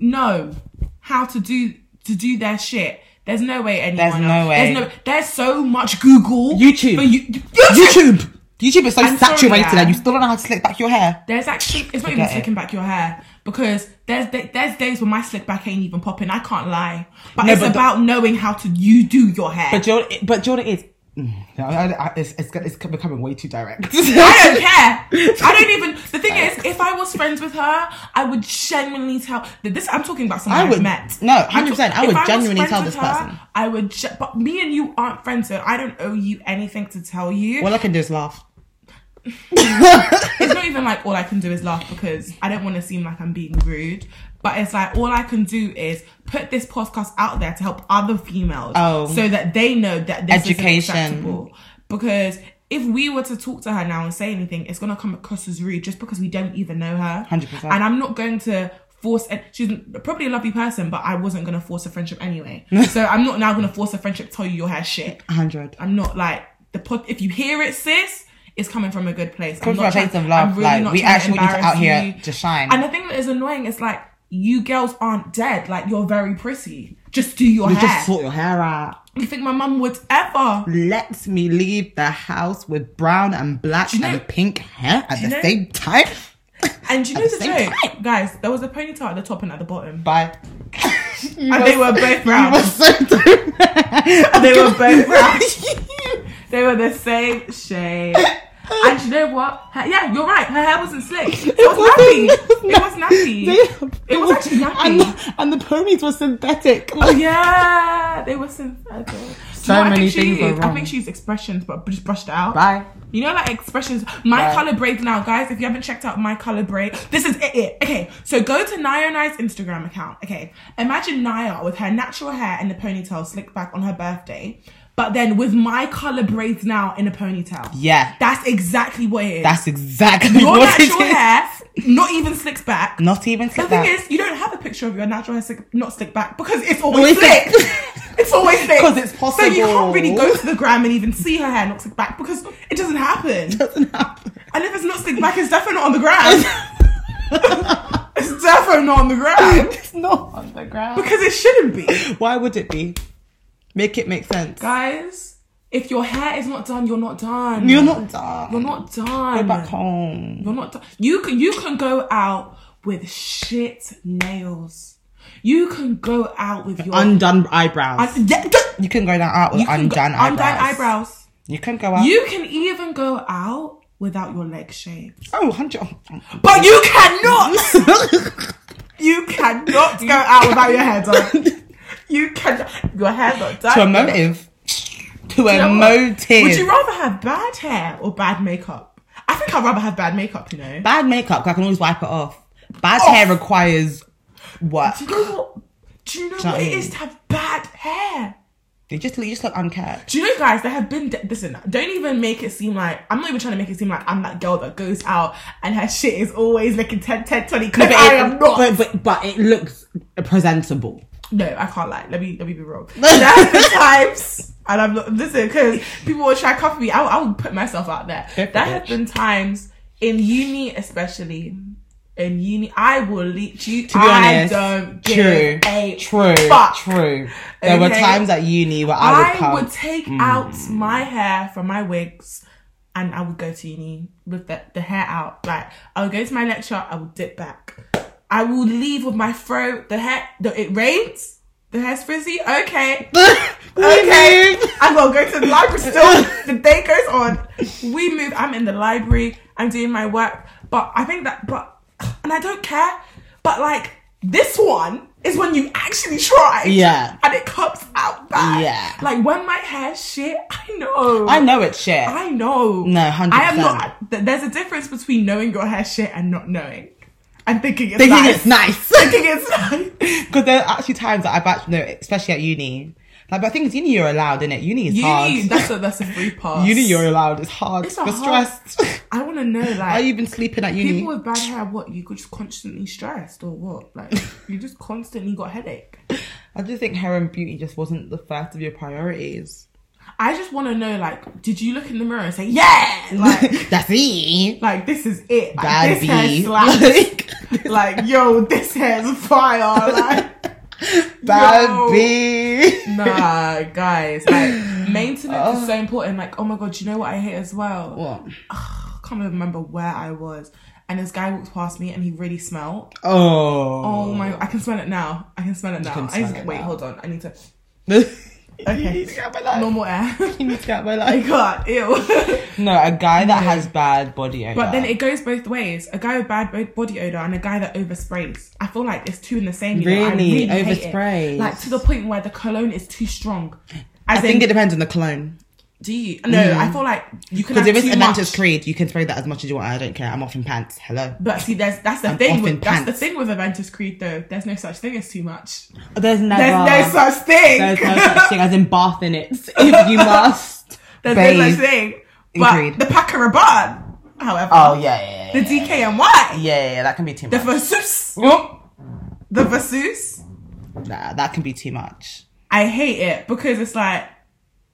Speaker 2: know how to do to do their shit, there's no way anyone.
Speaker 1: There's no way.
Speaker 2: There's no. There's so much Google.
Speaker 1: YouTube.
Speaker 2: For you,
Speaker 1: YouTube! YouTube is so
Speaker 2: I'm sorry,
Speaker 1: saturated
Speaker 2: yeah.
Speaker 1: and you still don't know how to slick back your hair.
Speaker 2: There's actually it's not even
Speaker 1: Forget it.
Speaker 2: slicking back your hair because there's there's days when my slick back ain't even popping. I can't lie, but
Speaker 1: No,
Speaker 2: it's
Speaker 1: but the-
Speaker 2: about knowing how to you do your hair.
Speaker 1: But Jordan, but Jordan is. Mm, no, I- I- it's, it's, it's becoming way too direct.
Speaker 2: I don't care. I don't even. The thing is, if I was friends with her, I would genuinely tell. that This I'm talking about someone
Speaker 1: I
Speaker 2: I
Speaker 1: would-
Speaker 2: have met.
Speaker 1: no,
Speaker 2: I'm
Speaker 1: 100%,
Speaker 2: talk-
Speaker 1: I would
Speaker 2: if was
Speaker 1: genuinely
Speaker 2: friends
Speaker 1: tell
Speaker 2: with
Speaker 1: this
Speaker 2: her,
Speaker 1: person.
Speaker 2: I would, ge- but me and you aren't friends, so I don't owe you anything to tell you.
Speaker 1: All I can do is laugh.
Speaker 2: it's not even like all I can do is laugh because I don't want to seem like I'm being rude. But it's like all I can do is put this podcast out there to help other females,
Speaker 1: Oh.
Speaker 2: so that they know that this
Speaker 1: Education.
Speaker 2: is acceptable. Because if we were to talk to her now and say anything, it's gonna come across as rude just because we don't even know her.
Speaker 1: 100%.
Speaker 2: And I'm not going to force. And she's probably a lovely person, but I wasn't gonna force a friendship anyway. so I'm not now gonna force a friendship. Tell you your hair shit.
Speaker 1: 100.
Speaker 2: I'm not like the pod. If you hear it, sis, it's coming from a good place.
Speaker 1: Comes
Speaker 2: I'm not
Speaker 1: from a place
Speaker 2: trying-
Speaker 1: of love,
Speaker 2: I'm
Speaker 1: like,
Speaker 2: not
Speaker 1: we
Speaker 2: trying
Speaker 1: actually need to
Speaker 2: embarrass
Speaker 1: out here
Speaker 2: you.
Speaker 1: to shine.
Speaker 2: And the thing that is annoying is like you girls aren't dead. Like you're very pretty. Just do your
Speaker 1: You
Speaker 2: hair.
Speaker 1: just sort your hair out.
Speaker 2: you think my mum would ever?
Speaker 1: Let me leave the house with brown and black
Speaker 2: know-
Speaker 1: and pink hair at the
Speaker 2: know-
Speaker 1: same time.
Speaker 2: And you know
Speaker 1: At the
Speaker 2: the,
Speaker 1: same
Speaker 2: joke, guys. There was a ponytail at the top and at the bottom,
Speaker 1: Bye.
Speaker 2: and they were both
Speaker 1: You were
Speaker 2: brown.
Speaker 1: so dumb.
Speaker 2: They were both brown. They were the same shade. And you know what? Her- yeah, you're right. Her hair wasn't slick. It was nappy. It was nappy. It was actually
Speaker 1: And,
Speaker 2: nappy.
Speaker 1: the- and the ponies were synthetic.
Speaker 2: Oh yeah, they were synthetic. So
Speaker 1: many
Speaker 2: I think she
Speaker 1: things are
Speaker 2: used-
Speaker 1: wrong.
Speaker 2: I think she used expressions, but just brushed it out.
Speaker 1: Bye.
Speaker 2: You know, like expressions. My
Speaker 1: Right.
Speaker 2: color braids now, guys. If you haven't checked out my color braid, this is it. it. Okay, so go to Nia and I's Instagram account. Okay, imagine Nia with her natural hair and the ponytail slicked back on her birthday, but then with my color braids now in a ponytail.
Speaker 1: Yeah.
Speaker 2: that's exactly what it is.
Speaker 1: That's exactly
Speaker 2: your
Speaker 1: what it
Speaker 2: natural
Speaker 1: is.
Speaker 2: hair, not even slicks back.
Speaker 1: Not even
Speaker 2: The
Speaker 1: slick
Speaker 2: thing
Speaker 1: back.
Speaker 2: is, you don't have a picture of your natural hair slick, not slick back because it's always,
Speaker 1: Always
Speaker 2: slick.
Speaker 1: slick.
Speaker 2: it's always slick
Speaker 1: 'Cause it's
Speaker 2: So
Speaker 1: possible.
Speaker 2: you can't really go to the gram and even see her hair not slick back because it doesn't happen. And if it's not slick back, it's definitely not on the gram. it's definitely not on the gram
Speaker 1: it's not on the ground.
Speaker 2: because it shouldn't be,
Speaker 1: Why would it be? Make it make sense.
Speaker 2: guys. If your hair is not done, you're not done.
Speaker 1: You're not dumb.
Speaker 2: You're not done.
Speaker 1: Go back home.
Speaker 2: You're not. do- You can. You can go out with shit nails. You can go out with your
Speaker 1: Undone eyebrows.
Speaker 2: And- yeah, d-
Speaker 1: you can go down out with
Speaker 2: you can go-
Speaker 1: undone eyebrows.
Speaker 2: undone eyebrows.
Speaker 1: You can go out.
Speaker 2: You can even go out without your leg shaved.
Speaker 1: oh, 100.
Speaker 2: But you cannot. you cannot go out without your hair done. You can. Your hair not done.
Speaker 1: to a motive. To
Speaker 2: You
Speaker 1: a
Speaker 2: know what?
Speaker 1: motive.
Speaker 2: Would you rather have bad hair or bad makeup? I think I'd rather have bad makeup. You know.
Speaker 1: Bad makeup, 'cause I can always wipe it off. Bad hair
Speaker 2: Oh.
Speaker 1: requires work.
Speaker 2: Do you know what? Do you know
Speaker 1: know
Speaker 2: what
Speaker 1: what I
Speaker 2: it
Speaker 1: mean?
Speaker 2: is to have bad hair?
Speaker 1: They just, you just look uncared.
Speaker 2: Do you know, guys? There have been. De- Listen, don't even make it seem like I'm not even trying to make it seem like I'm that girl that goes out and her shit is always looking 10, 10, 20. Because
Speaker 1: But
Speaker 2: I
Speaker 1: it-
Speaker 2: am not.
Speaker 1: But, but, but it looks presentable.
Speaker 2: no, I can't lie. Let me let me be real. That's the times. And I'm not listen because people will try to cover me. I, I would put myself out there.
Speaker 1: Go for
Speaker 2: there
Speaker 1: it,
Speaker 2: have
Speaker 1: bitch.
Speaker 2: been times in uni, especially in uni, I will leech you.
Speaker 1: To be
Speaker 2: I
Speaker 1: honest,
Speaker 2: don't
Speaker 1: true,
Speaker 2: give a
Speaker 1: true,
Speaker 2: fuck.
Speaker 1: true. There were
Speaker 2: Okay.
Speaker 1: times at uni where I would
Speaker 2: I
Speaker 1: come. Hmm.
Speaker 2: would take out my hair from my wigs and I would go to uni with the, the hair out. Like, I would go to my lecture, I would dip back. I will leave with my fro, the hair, the, it rains, the hair's frizzy, okay. Okay, I'm gonna go to the library still. the day goes on. We move. I'm in the library. I'm doing my work. But I think that, but, and I don't care. But like, this one is when you actually try.
Speaker 1: Yeah.
Speaker 2: And it comes out bad.
Speaker 1: Yeah.
Speaker 2: Like when my hair shit, I know.
Speaker 1: I know it's shit.
Speaker 2: I know.
Speaker 1: No, 100%.
Speaker 2: I am not. th- There's a difference between knowing your hair shit and not knowing. And thinking it's
Speaker 1: Thinking
Speaker 2: nice.
Speaker 1: it's nice.
Speaker 2: Thinking it's nice.
Speaker 1: Because there are actually times that I've actually, no, especially at uni. Like, but I think it's uni you're allowed, innit? Uni is hard.
Speaker 2: Uni, that's a that's a free pass.
Speaker 1: uni you're allowed. It's hard.
Speaker 2: It's a
Speaker 1: you're
Speaker 2: hard-
Speaker 1: stressed.
Speaker 2: I want to know like
Speaker 1: Are you even sleeping at uni?
Speaker 2: People with bad hair, what you could just constantly stressed or what? Like you just constantly got headache.
Speaker 1: I just think hair and beauty just wasn't the first of your priorities.
Speaker 2: I just want to know, like, did you look in the mirror and say, "Yeah, like,
Speaker 1: That's me.
Speaker 2: like this is it, like,
Speaker 1: Bad
Speaker 2: this hair
Speaker 1: B.
Speaker 2: slaps, like, yo, this hair's fire, like."
Speaker 1: Bad
Speaker 2: Yo.
Speaker 1: B.
Speaker 2: Nah, guys, like maintenance is so important. Like, oh my god, do you know what I hate as well?
Speaker 1: What?
Speaker 2: I can't even remember where I was. And this guy walked past me and he really smelled.
Speaker 1: Oh.
Speaker 2: Oh my, I can smell it now. I can smell it now.
Speaker 1: can
Speaker 2: I need
Speaker 1: smell
Speaker 2: to get,
Speaker 1: it
Speaker 2: wait,
Speaker 1: now.
Speaker 2: hold on. I need to.
Speaker 1: You need to get out my life.
Speaker 2: Normal air.
Speaker 1: You need to get out my
Speaker 2: I
Speaker 1: life.
Speaker 2: got ew.
Speaker 1: No, a guy that has bad body odor.
Speaker 2: But then it goes both ways. A guy with bad bo- body odor and a guy that oversprays. I feel like it's two in the same. You know? I
Speaker 1: Really?
Speaker 2: really hate it.
Speaker 1: Oversprays?
Speaker 2: Like to the point where the cologne is too strong.
Speaker 1: I
Speaker 2: As in,
Speaker 1: think it depends on the cologne.
Speaker 2: do you? No, I feel like you can
Speaker 1: Because
Speaker 2: have
Speaker 1: if it's
Speaker 2: too much.
Speaker 1: Atlantis Creed, you can spray that as much as you want. I don't care. I'm off in pants. Hello.
Speaker 2: But see, there's that's the
Speaker 1: I'm
Speaker 2: thing.
Speaker 1: off
Speaker 2: With,
Speaker 1: in
Speaker 2: that's the
Speaker 1: pants.
Speaker 2: thing with Aventus Creed, though. There's no such thing as too much.
Speaker 1: There's never.
Speaker 2: There's no such thing.
Speaker 1: There's no such thing as in bath in it. If you must.
Speaker 2: There's no
Speaker 1: bathe.
Speaker 2: such thing.
Speaker 1: in
Speaker 2: But
Speaker 1: Creed.
Speaker 2: the Pacaraban, however,
Speaker 1: Oh yeah, yeah, yeah.
Speaker 2: the
Speaker 1: yeah,
Speaker 2: DK and Y,
Speaker 1: Yeah, yeah, yeah, that can be too
Speaker 2: the
Speaker 1: much.
Speaker 2: Versus,
Speaker 1: Oh.
Speaker 2: the Versus.
Speaker 1: Nah, that can be too much.
Speaker 2: I hate it because it's like,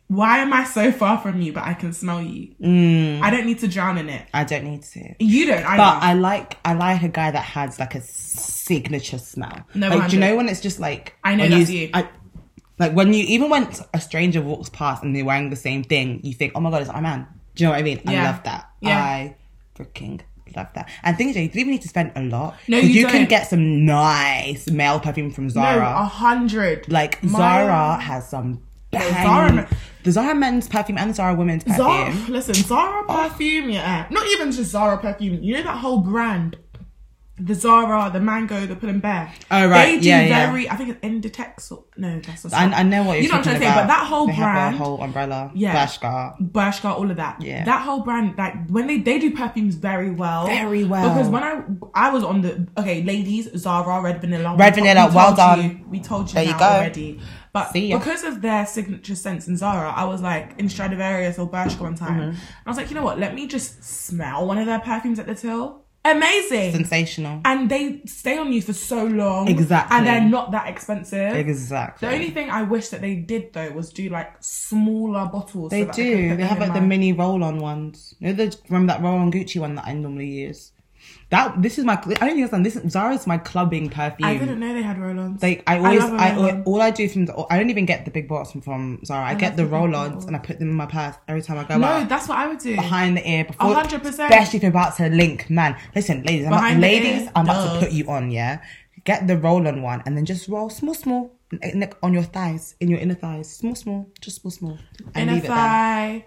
Speaker 2: why am I so far from you, but I can smell you?
Speaker 1: Mm,
Speaker 2: I don't need to drown in it.
Speaker 1: I don't need to.
Speaker 2: You don't either.
Speaker 1: But I like I like a guy that has like a signature smell.
Speaker 2: No,
Speaker 1: like, do
Speaker 2: 100.
Speaker 1: you know when it's just like
Speaker 2: I know
Speaker 1: when
Speaker 2: that's you.
Speaker 1: I, like when you even when a stranger walks past and they're wearing the same thing, you think, oh my god, it's my man. Do you know what I mean? I
Speaker 2: Yeah.
Speaker 1: love that.
Speaker 2: Yeah.
Speaker 1: I freaking love that. And thing is, you don't even need to spend a lot.
Speaker 2: No,
Speaker 1: 'Cause
Speaker 2: you
Speaker 1: can
Speaker 2: don't.
Speaker 1: get some nice male perfume from
Speaker 2: no,
Speaker 1: Zara.
Speaker 2: a hundred.
Speaker 1: Like
Speaker 2: My-
Speaker 1: Zara has some
Speaker 2: Zara
Speaker 1: bang.
Speaker 2: men-
Speaker 1: the Zara men's perfume and Zara women's perfume.
Speaker 2: Zara, listen, Zara perfume, yeah. Not even just Zara perfume. You know that whole brand, the Zara, the Mango, the Pull and Bear.
Speaker 1: Oh, right.
Speaker 2: They do
Speaker 1: Yeah, yeah.
Speaker 2: very. I think it's Inditex. Or, no, that's not.
Speaker 1: I, I know what you're
Speaker 2: You know what
Speaker 1: talking
Speaker 2: I'm trying to say,
Speaker 1: about.
Speaker 2: but that whole
Speaker 1: they have
Speaker 2: brand-
Speaker 1: a whole umbrella,
Speaker 2: Yeah.
Speaker 1: Bershka.
Speaker 2: Bershka, all of that.
Speaker 1: Yeah.
Speaker 2: That whole brand, like when they they do perfumes very well.
Speaker 1: Very well.
Speaker 2: Because when I I was on the okay, ladies, Zara, Red Vanilla,
Speaker 1: Red
Speaker 2: to-
Speaker 1: Vanilla,
Speaker 2: told
Speaker 1: well done.
Speaker 2: you- we told you
Speaker 1: There you
Speaker 2: now
Speaker 1: go.
Speaker 2: already. But
Speaker 1: See ya.
Speaker 2: because of their signature scents in Zara, I was like in Stradivarius or Bershka one time,
Speaker 1: Mm-hmm.
Speaker 2: and I was like, you know what? Let me just smell one of their perfumes at the till. Amazing.
Speaker 1: Sensational.
Speaker 2: and they stay on you for so long.
Speaker 1: Exactly.
Speaker 2: And they're not that expensive.
Speaker 1: Exactly.
Speaker 2: The only thing I wish that they did though was do like smaller bottles.
Speaker 1: they
Speaker 2: so that I could
Speaker 1: do.
Speaker 2: put
Speaker 1: They have
Speaker 2: them in
Speaker 1: like the
Speaker 2: my-
Speaker 1: mini roll-on ones. You know, the, remember that roll-on Gucci one that I normally use. That this is my. I don't think it's done. This Zara's my clubbing perfume.
Speaker 2: I didn't know they had roll-ons.
Speaker 1: Like I always,
Speaker 2: love a
Speaker 1: I,
Speaker 2: roll-on.
Speaker 1: all I do from the, I don't even get the big bottles from, from Zara. I, get the roll-ons and I put them in my purse every time I go out.
Speaker 2: no, that's what I would do.
Speaker 1: behind the ear before
Speaker 2: 100%.
Speaker 1: especially if you're about to link man listen ladies I'm about,
Speaker 2: Behind the
Speaker 1: ladies
Speaker 2: ear,
Speaker 1: i'm about
Speaker 2: duh.
Speaker 1: to put you on yeah get the roll on one and then just roll small small n- neck on your thighs in your inner thighs small small just small small and
Speaker 2: Inner
Speaker 1: leave it
Speaker 2: thigh,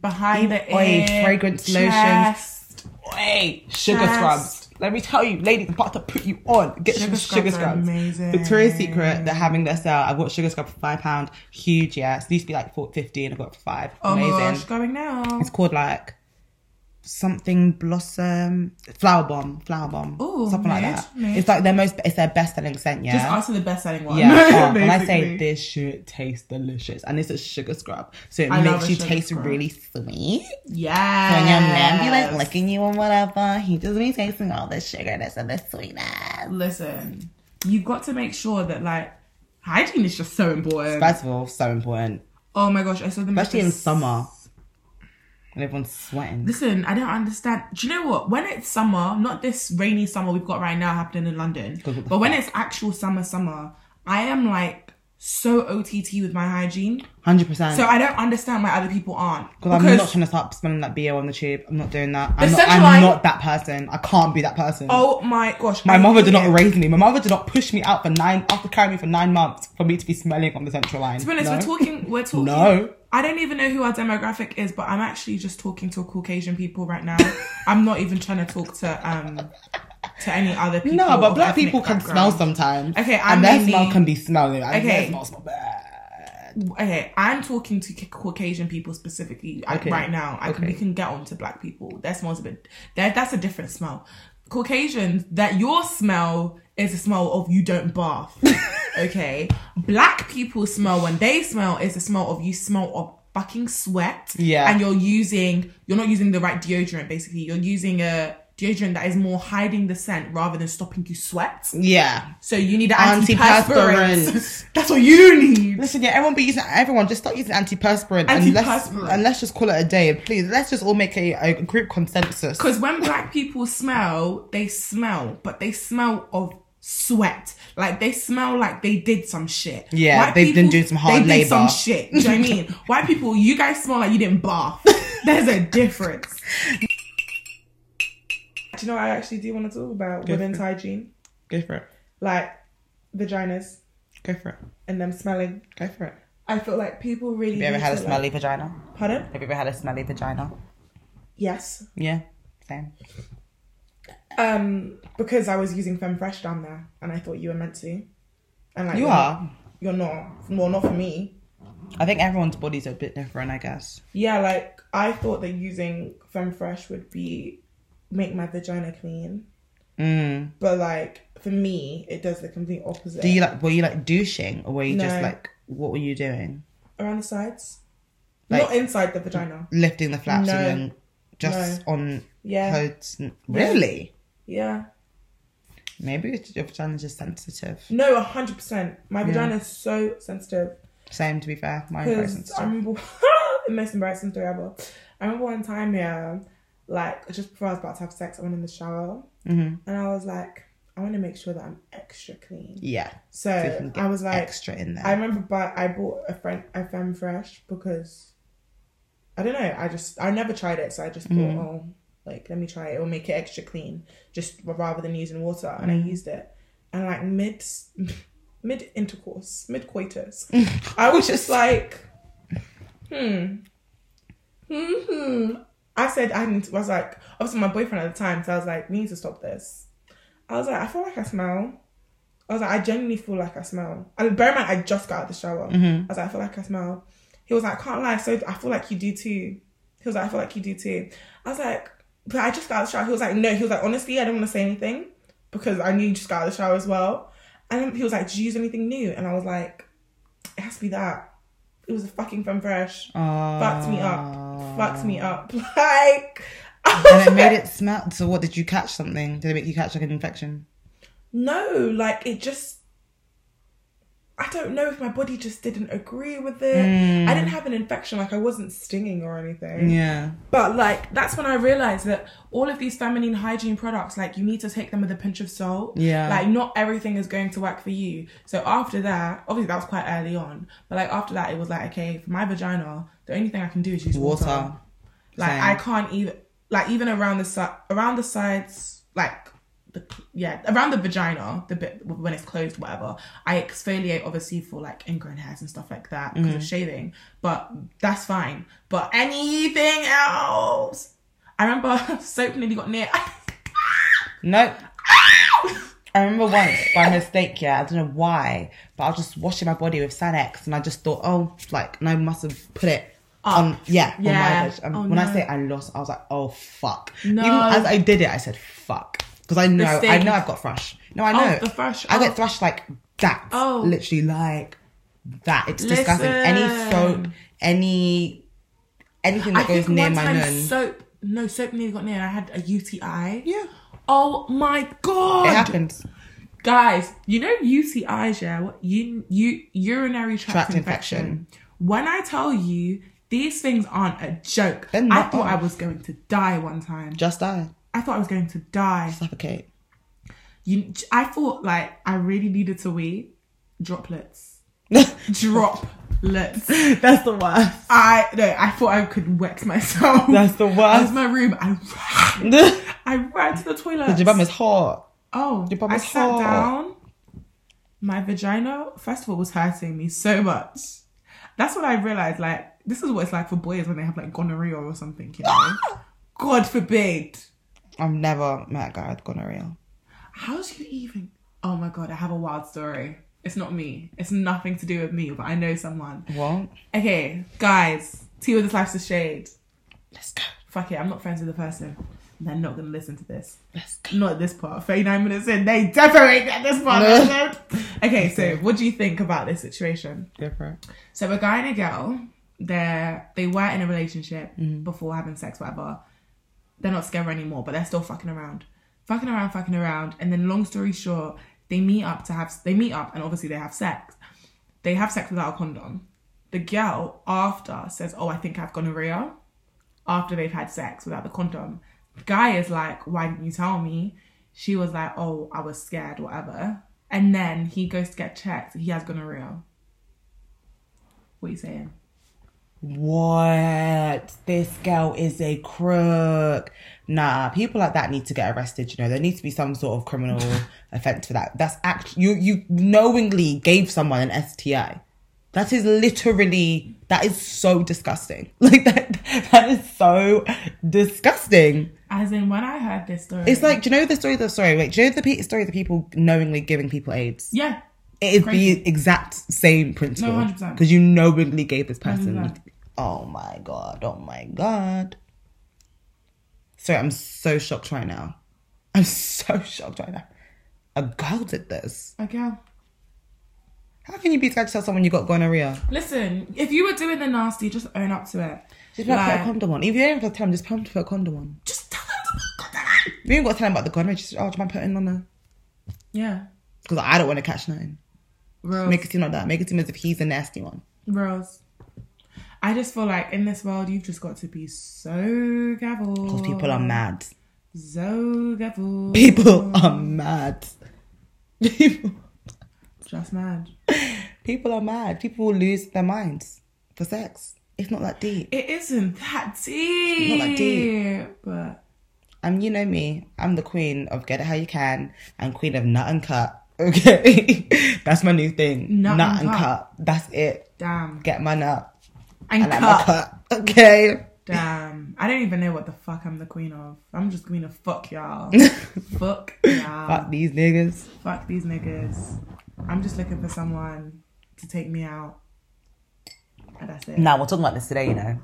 Speaker 2: behind the
Speaker 1: Oi,
Speaker 2: ear,
Speaker 1: fragrance lotions.
Speaker 2: chest.
Speaker 1: there hey sugar
Speaker 2: Chest.
Speaker 1: scrubs let me tell you ladies i'm about to put you on get some sugar
Speaker 2: Sugar scrubs are
Speaker 1: scrubs
Speaker 2: amazing.
Speaker 1: victoria's secret they're having their sale i bought sugar scrub for five pound huge yeah so it used to be like 450 and i got it for five
Speaker 2: Oh my
Speaker 1: amazing
Speaker 2: gosh, going now.
Speaker 1: It's called like something blossom flower bomb, flower bomb,
Speaker 2: Ooh,
Speaker 1: something like
Speaker 2: nice,
Speaker 1: that.
Speaker 2: nice.
Speaker 1: It's like their most, it's their best selling scent. Yeah.
Speaker 2: Just ask for the best-selling one.
Speaker 1: yeah, um, and I say
Speaker 2: Basically.
Speaker 1: this shit tastes delicious, and it's a sugar scrub, so it
Speaker 2: I love
Speaker 1: makes
Speaker 2: a
Speaker 1: you
Speaker 2: sugar
Speaker 1: taste
Speaker 2: scrub.
Speaker 1: really sweet.
Speaker 2: yeah.
Speaker 1: So When your man be like licking you and whatever, he just be tasting all the sugarness and the sweetness.
Speaker 2: listen, you've got to make sure that like hygiene is just so important.
Speaker 1: First of all, so important,
Speaker 2: oh my gosh, I saw the
Speaker 1: especially in summer when everyone's sweating.
Speaker 2: Listen, I don't understand. Do you know what? When it's summer, not this rainy summer we've got right now happening in London,
Speaker 1: Because of the
Speaker 2: but when it's actual summer, summer, I am like so OTT with my hygiene.
Speaker 1: Hundred percent.
Speaker 2: So I don't understand why other people aren't.
Speaker 1: Because I'm not trying to start smelling that BO on the tube. I'm not doing that. I'm,
Speaker 2: The
Speaker 1: not, I'm
Speaker 2: centralized-
Speaker 1: not that person. I can't be that person.
Speaker 2: Oh my gosh.
Speaker 1: my
Speaker 2: I
Speaker 1: mother
Speaker 2: hate
Speaker 1: did not
Speaker 2: it.
Speaker 1: raise me. My mother did not push me out for nine after carrying me for nine months for me to be smelling on the central line.
Speaker 2: To be honest,
Speaker 1: No.
Speaker 2: we're talking. We're talking.
Speaker 1: No.
Speaker 2: I don't even know who our demographic is, but I'm actually just talking to Caucasian people right now. I'm not even trying to talk to um to any other people.
Speaker 1: No, but
Speaker 2: of
Speaker 1: black
Speaker 2: ethnic
Speaker 1: people can smell
Speaker 2: background.
Speaker 1: sometimes.
Speaker 2: Okay, I
Speaker 1: and their
Speaker 2: mainly-
Speaker 1: smell can be smelling. And
Speaker 2: Okay.
Speaker 1: their smell smell bad.
Speaker 2: okay, I'm talking to Ca- Caucasian people specifically like,
Speaker 1: Okay.
Speaker 2: right now. I can, we
Speaker 1: Okay.
Speaker 2: can get on to black people. Their smells a bit. That that's a different smell. Caucasians, that your smell is a smell of you don't bath. okay, black people smell when they smell is a smell of you smell of fucking sweat.
Speaker 1: Yeah.
Speaker 2: and you're using you're not using the right deodorant. Basically, you're using a deodorant that is more hiding the scent rather than stopping you sweat.
Speaker 1: Yeah.
Speaker 2: So you need an
Speaker 1: Antiperspirant.
Speaker 2: antiperspirant. That's what you need.
Speaker 1: Listen, yeah, everyone be using everyone. Just stop using antiperspirant, and let's
Speaker 2: Antiperspirant.
Speaker 1: and let's just call it a day. Please, let's just all make a, a group consensus.
Speaker 2: Because when black people smell, they smell, but they smell of sweat. Like they smell like they did some shit.
Speaker 1: Yeah, they've been doing some hard
Speaker 2: they Did some
Speaker 1: labour.
Speaker 2: shit. Do you know what I mean? White people, you guys smell like you didn't bath. There's a difference. Do you know what I actually do want to talk about
Speaker 1: Go
Speaker 2: women's
Speaker 1: for
Speaker 2: hygiene?
Speaker 1: Go for it.
Speaker 2: Like vaginas
Speaker 1: Go for it.
Speaker 2: and them smelling.
Speaker 1: Go for it.
Speaker 2: I feel like people
Speaker 1: Have
Speaker 2: really.
Speaker 1: you ever
Speaker 2: need
Speaker 1: had a
Speaker 2: to, like-
Speaker 1: smelly vagina?
Speaker 2: Pardon?
Speaker 1: Have you ever had a smelly vagina?
Speaker 2: Yes.
Speaker 1: Yeah. Same.
Speaker 2: Um, because I was using Femme Fresh down there, and I thought you were meant to. And like
Speaker 1: You
Speaker 2: you're-
Speaker 1: are.
Speaker 2: You're not. Well, not for me.
Speaker 1: I think everyone's bodies are a bit different, I guess.
Speaker 2: Yeah, like I thought that using Femme Fresh would be make my vagina clean,
Speaker 1: Mm.
Speaker 2: but like for me, it does the complete opposite.
Speaker 1: Do you like were you like douching or were you just
Speaker 2: No.
Speaker 1: like what were you doing?
Speaker 2: around the sides?
Speaker 1: Like-
Speaker 2: not inside the vagina.
Speaker 1: Lifting the flaps
Speaker 2: No.
Speaker 1: and then just on
Speaker 2: Yeah,
Speaker 1: coats? and- Really?
Speaker 2: yeah.
Speaker 1: Maybe it's, your vagina's just sensitive.
Speaker 2: No, hundred percent. My vagina is so sensitive.
Speaker 1: Same to be fair. Mine very
Speaker 2: Because I
Speaker 1: sensitive.
Speaker 2: remember the most embarrassing story ever. I remember one time, yeah, like just before I was about to have sex, I went in the shower
Speaker 1: Mhm.
Speaker 2: and I was like, I want to make sure that I'm extra clean.
Speaker 1: Yeah.
Speaker 2: So
Speaker 1: So you can get
Speaker 2: I was like,
Speaker 1: extra in there.
Speaker 2: I remember, but I bought a friend a Femme Fresh because I don't know. I just I never tried it, so I just
Speaker 1: Mm.
Speaker 2: thought, oh, like let me try it. It'll make it extra clean, just rather than using water. And
Speaker 1: Mm.
Speaker 2: I used it, and like mid mid intercourse, mid coitus, I was just like, hmm, hmm. I said I need. To, I was like, obviously my boyfriend at the time, so I was like, we need to stop this. I was like, I feel like I smell. I was like, I genuinely feel like I smell. And bear in mind, I just got out of the shower.
Speaker 1: Mm-hmm.
Speaker 2: I was like, I feel like I smell. He was like, I can't lie. So I feel like you do too. He was like, I feel like you do too. I was like, but I just got out of the shower. He was like, no. He was like, honestly, I didn't want to say anything because I knew you just got out of the shower as well. And then he was like, did you use anything new? And I was like, it has to be that. It was a fucking Femme Fresh.
Speaker 1: Oh.
Speaker 2: Fucked me up. Fucked me up. Like,
Speaker 1: And it made it smell. So what did you catch? Something? Did it make you catch like an infection?
Speaker 2: No, like it just. I don't know if my body just didn't agree with it. I didn't have an infection, like I wasn't stinging or anything.
Speaker 1: Mm. Yeah.
Speaker 2: But like that's when I realized that all of these feminine hygiene products, like you need to take them with a pinch of salt.
Speaker 1: Yeah.
Speaker 2: Like not everything is going to work for you. So after that, obviously that was quite early on, but like after that, it was like okay, for my vagina, the only thing I can do is use water.
Speaker 1: Water.
Speaker 2: Like
Speaker 1: Same.
Speaker 2: I can't even like even around the side around the sides like the yeah around the vagina the bit when it's closed whatever I exfoliate obviously for like ingrown hairs and stuff like that
Speaker 1: Mm-hmm.
Speaker 2: because of shaving but that's fine but anything else I remember soap nearly got near
Speaker 1: No. I remember once by mistake, yeah, I don't know why, but I was just washing my body with Sanex and I just thought, oh, like, no, I must have put it on, yeah, on
Speaker 2: Yeah.
Speaker 1: my veg. And
Speaker 2: Oh,
Speaker 1: when I
Speaker 2: no.
Speaker 1: say I lost, I was like, oh, fuck.
Speaker 2: No.
Speaker 1: Even as I did it, I said, fuck. Because I know, I
Speaker 2: sting.
Speaker 1: know I've got thrush. No, I
Speaker 2: Oh,
Speaker 1: know.
Speaker 2: the thrush.
Speaker 1: I
Speaker 2: Oh.
Speaker 1: get thrush like that.
Speaker 2: Oh.
Speaker 1: Literally like that. It's disgusting. Any
Speaker 2: Listen.
Speaker 1: soap, any, anything that
Speaker 2: I
Speaker 1: goes
Speaker 2: think
Speaker 1: near
Speaker 2: one
Speaker 1: my
Speaker 2: time
Speaker 1: nun.
Speaker 2: soap no soap nearly got near I had a UTI
Speaker 1: yeah.
Speaker 2: oh my god
Speaker 1: It happens.
Speaker 2: guys you know utis yeah what you you urinary tract,
Speaker 1: Tract
Speaker 2: infection.
Speaker 1: infection.
Speaker 2: when i tell you these things aren't a joke
Speaker 1: They're
Speaker 2: i
Speaker 1: not.
Speaker 2: thought i was going to die one time
Speaker 1: Just die.
Speaker 2: i thought i was going to die
Speaker 1: Suffocate.
Speaker 2: you i thought like i really needed to wait droplets droplets
Speaker 1: That's the worst.
Speaker 2: i no i thought i could wet myself
Speaker 1: That's the
Speaker 2: out
Speaker 1: worst.
Speaker 2: of my room i ran,
Speaker 1: the
Speaker 2: i ran to the toilet
Speaker 1: bum is hot.
Speaker 2: Oh,
Speaker 1: bum
Speaker 2: I
Speaker 1: is
Speaker 2: sat
Speaker 1: hot.
Speaker 2: down. My vagina, first of all, was hurting me so much. That's what I realized. Like, this is what it's like for boys when they have like gonorrhea or something, you know? God forbid.
Speaker 1: I've never met a guy with gonorrhea.
Speaker 2: How do you even? Oh my God, I have a wild story. It's not me. It's nothing to do with me, but I know someone.
Speaker 1: What?
Speaker 2: Okay, guys, tea with this life's a shade.
Speaker 1: Let's go.
Speaker 2: Fuck it, I'm not friends with the person. They're not gonna listen to this.
Speaker 1: Let's go.
Speaker 2: Not this part. 39 minutes in, they definitely ain't at this part.
Speaker 1: No.
Speaker 2: man. okay, so what do you think about this situation?
Speaker 1: Go for it.
Speaker 2: So a guy and a girl, they're they were in a relationship before having sex, whatever. They're not together anymore, but they're still fucking around, fucking around, fucking around. And then, long story short, they meet up to have they meet up, and obviously they have sex. They have sex without a condom. The girl after says, "Oh, I think I've gonorrhea." After they've had sex without the condom, the guy is like, "Why didn't you tell me?" She was like, "Oh, I was scared, whatever." And then he goes to get checked. He has gonorrhea. What are you saying?
Speaker 1: What? This girl is a crook. Nah, people like that need to get arrested. You know, there needs to be some sort of criminal offense for that. That's act. You you knowingly gave someone an STI. That is literally. That is so disgusting. Like that. That is so disgusting.
Speaker 2: As in, when I heard this story,
Speaker 1: It's like, do you know the story? of The story. Wait, do you know the pe- story of the people knowingly giving people AIDS?
Speaker 2: yeah,
Speaker 1: It is
Speaker 2: Crazy.
Speaker 1: the exact same principle.
Speaker 2: 100%.
Speaker 1: Because you knowingly gave this person.
Speaker 2: 100%.
Speaker 1: Oh my god! Oh my god! Sorry, I'm so shocked right now. I'm so shocked right now. A girl did this.
Speaker 2: a girl.
Speaker 1: How can you be scared to tell someone you got gonorrhea?
Speaker 2: Listen, if you were doing the nasty, just own up to it.
Speaker 1: Just be like, put a
Speaker 2: Like,
Speaker 1: condom on. If you don't have to tell them, just tell them to put a condom on.
Speaker 2: just tell them to put condom on.
Speaker 1: We ain't got to tell them about the gonorrhea. Just oh, do you mind putting on a?
Speaker 2: Yeah,
Speaker 1: Because I don't want to catch nothing.
Speaker 2: Rose.
Speaker 1: Make it seem like that. Make it seem as if he's a nasty one.
Speaker 2: Rose. I just feel like in this world, you've just got to be so careful.
Speaker 1: Because people are
Speaker 2: Oh.
Speaker 1: mad.
Speaker 2: So careful.
Speaker 1: People are mad. People,
Speaker 2: Just mad.
Speaker 1: people are mad. People will lose their minds for sex. It's not that deep.
Speaker 2: It isn't that deep.
Speaker 1: Not that
Speaker 2: But
Speaker 1: And you know me, I'm the queen of get it how you can and queen of nut and cut. Okay. That's my new thing.
Speaker 2: Nut
Speaker 1: Nut,
Speaker 2: and
Speaker 1: and,
Speaker 2: cut.
Speaker 1: cut. That's it.
Speaker 2: damn.
Speaker 1: Get my nut.
Speaker 2: And
Speaker 1: I like
Speaker 2: cut.
Speaker 1: my cut. Okay.
Speaker 2: Damn. I don't even know what the fuck I'm the queen of. I'm just queen of fuck y'all. fuck y'all.
Speaker 1: Fuck these niggas.
Speaker 2: fuck these niggas. I'm just looking for someone to take me out. And that's it.
Speaker 1: Now we're talking about this today, you know.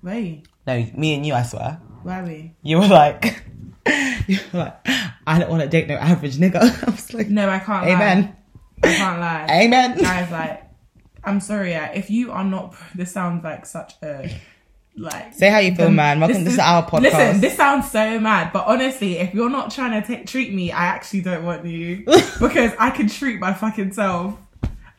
Speaker 2: Where are you?
Speaker 1: No, me and you, I swear.
Speaker 2: Where are we?
Speaker 1: You were like, you were like, I don't want to date no average nigga. I was like,
Speaker 2: No, I can't
Speaker 1: Amen.
Speaker 2: lie. I can't lie.
Speaker 1: Amen.
Speaker 2: Guys, like, I'm sorry, yeah. If you are not, this sounds like such a, like.
Speaker 1: Say how you feel, man. Welcome. This is our podcast.
Speaker 2: Listen, this sounds so mad, but honestly, if you're not trying to take, treat me, I actually don't want you because I can treat my fucking self.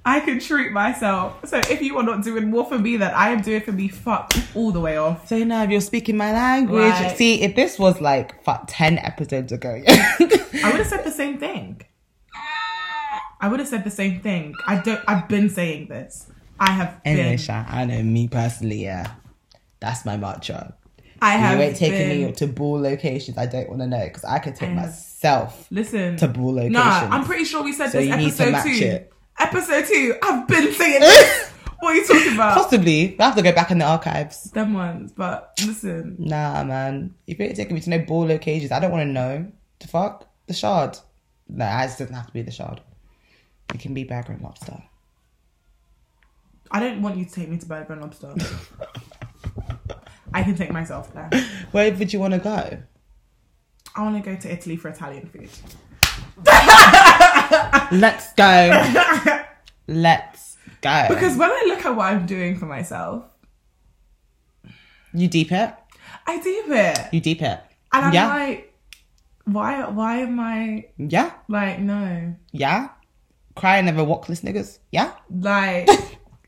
Speaker 2: I can treat myself. So if you are not doing more for me than I am doing for me, fuck all the way off.
Speaker 1: So now if you're speaking my language,
Speaker 2: Like-
Speaker 1: see if this was like fuck, ten episodes ago,
Speaker 2: I would have said the same thing. I would have said the same thing. I don't. I've been saying this. I have been.
Speaker 1: anyway, Sha, I know me personally, yeah, that's my mantra.
Speaker 2: I
Speaker 1: You
Speaker 2: have
Speaker 1: ain't taking
Speaker 2: been.
Speaker 1: me to ball locations. I don't want to know because I could take
Speaker 2: I have-
Speaker 1: myself.
Speaker 2: Listen.
Speaker 1: Taboo locations.
Speaker 2: Nah, I'm pretty sure we said
Speaker 1: So
Speaker 2: this
Speaker 1: you need to
Speaker 2: episode
Speaker 1: match
Speaker 2: two.
Speaker 1: it.
Speaker 2: Episode two. I've been saying this. what are you talking about?
Speaker 1: Possibly, I have to go back in the archives.
Speaker 2: Them ones, but listen.
Speaker 1: Nah, man, if you ain't taking me to no ball locations, I don't want to know. The fuck, the shard. Nah, it doesn't have to be the shard. It can be burger and lobster.
Speaker 2: I don't want you to take me to Burger and Lobster. I can take myself there.
Speaker 1: Where would you want to go?
Speaker 2: I want to go to Italy for Italian food.
Speaker 1: Let's go. Let's go.
Speaker 2: Because when I look at what I'm doing for myself,
Speaker 1: you deep it.
Speaker 2: I do it.
Speaker 1: You deep it.
Speaker 2: And I'm
Speaker 1: yeah.
Speaker 2: like, why? Why am I
Speaker 1: yeah.
Speaker 2: like no?
Speaker 1: Yeah. Cry and never walk list niggas. Yeah.
Speaker 2: Like,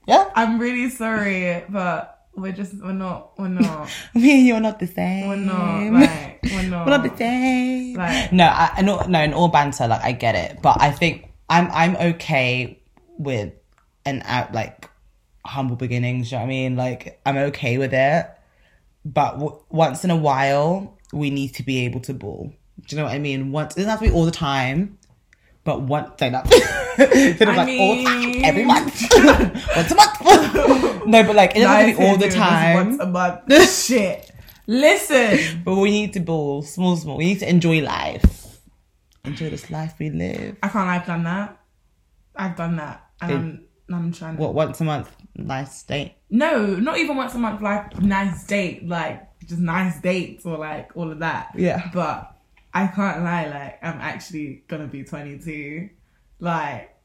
Speaker 1: Yeah.
Speaker 2: I'm really sorry, but we're just we're not we're not
Speaker 1: Me and you are not the same.
Speaker 2: we're not like we're not.
Speaker 1: We're not the same.
Speaker 2: Like-
Speaker 1: no, I, in all, no, in all banter, like I get it, but I think I'm I'm okay with an out like humble beginnings. You know what I mean? Like I'm okay with it, but w- once in a while, we need to be able to ball. Do you know what I mean? Once it doesn't have to be all the time, but once like that. Instead of
Speaker 2: I
Speaker 1: like
Speaker 2: mean-
Speaker 1: all, every month, once a month. no, but like it doesn't have to be all the
Speaker 2: Guys,
Speaker 1: time.
Speaker 2: Once a month. Shit. Listen,
Speaker 1: But we need to ball, small, small. We need to enjoy life. Enjoy this life we live.
Speaker 2: I can't. lie, I've done that. I've done that, and I'm I'm trying. To,
Speaker 1: What once a month, nice date.
Speaker 2: no, not even once a month. Like nice date, like just nice dates or like all of that.
Speaker 1: Yeah.
Speaker 2: But I can't lie. Like I'm actually gonna be 22. Like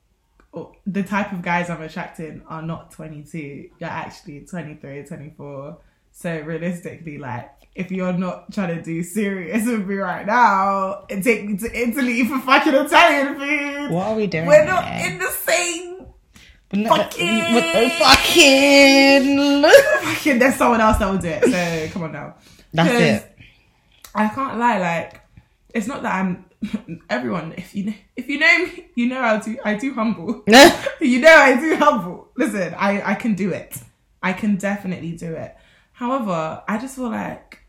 Speaker 2: oh, the type of guys I'm attracting are not 22. You're actually 23, 24. So realistically, like if you're not trying to do serious with me right now and take me to Italy for fucking Italian food.
Speaker 1: What are we doing?
Speaker 2: We're not
Speaker 1: here?
Speaker 2: in the same
Speaker 1: We're not-
Speaker 2: fucking-
Speaker 1: we're so fucking.
Speaker 2: fucking there's someone else that will do it. So come on now.
Speaker 1: That's
Speaker 2: 'Cause
Speaker 1: it.
Speaker 2: I can't lie, like it's not that I'm everyone, if you know if you know me, you know I do I do humble. you know I do humble. Listen, I, I can do it. I can definitely do it. However, I just feel like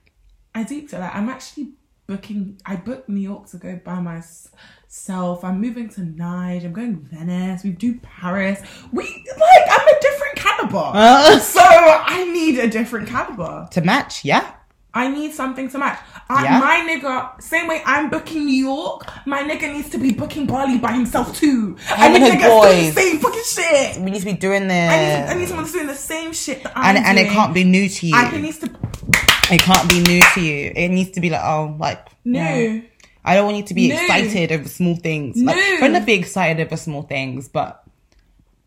Speaker 2: I deeped it. Like I'm actually booking. I booked New York to go by myself. I'm moving to Nige. I'm going Venice. We do Paris. We like I'm a different caliber.
Speaker 1: Uh.
Speaker 2: So I need a different caliber.
Speaker 1: to match, yeah.
Speaker 2: I need something to match. I,
Speaker 1: Yeah.
Speaker 2: My nigga, same way I'm booking New York, my nigga needs to be booking Bali by himself too. I
Speaker 1: Him and
Speaker 2: need niggas
Speaker 1: his
Speaker 2: doing the
Speaker 1: boys.
Speaker 2: same fucking shit.
Speaker 1: We need to be doing
Speaker 2: I need, I
Speaker 1: this,
Speaker 2: need someone that's doing the same shit that I'm
Speaker 1: and and it
Speaker 2: doing.
Speaker 1: can't be new to you.
Speaker 2: I can needs to
Speaker 1: It can't be new to you. It needs to be like, oh, like
Speaker 2: no.
Speaker 1: yeah. I don't want you to be
Speaker 2: No.
Speaker 1: excited over small things. Like,
Speaker 2: No.
Speaker 1: Don't be excited over small things, but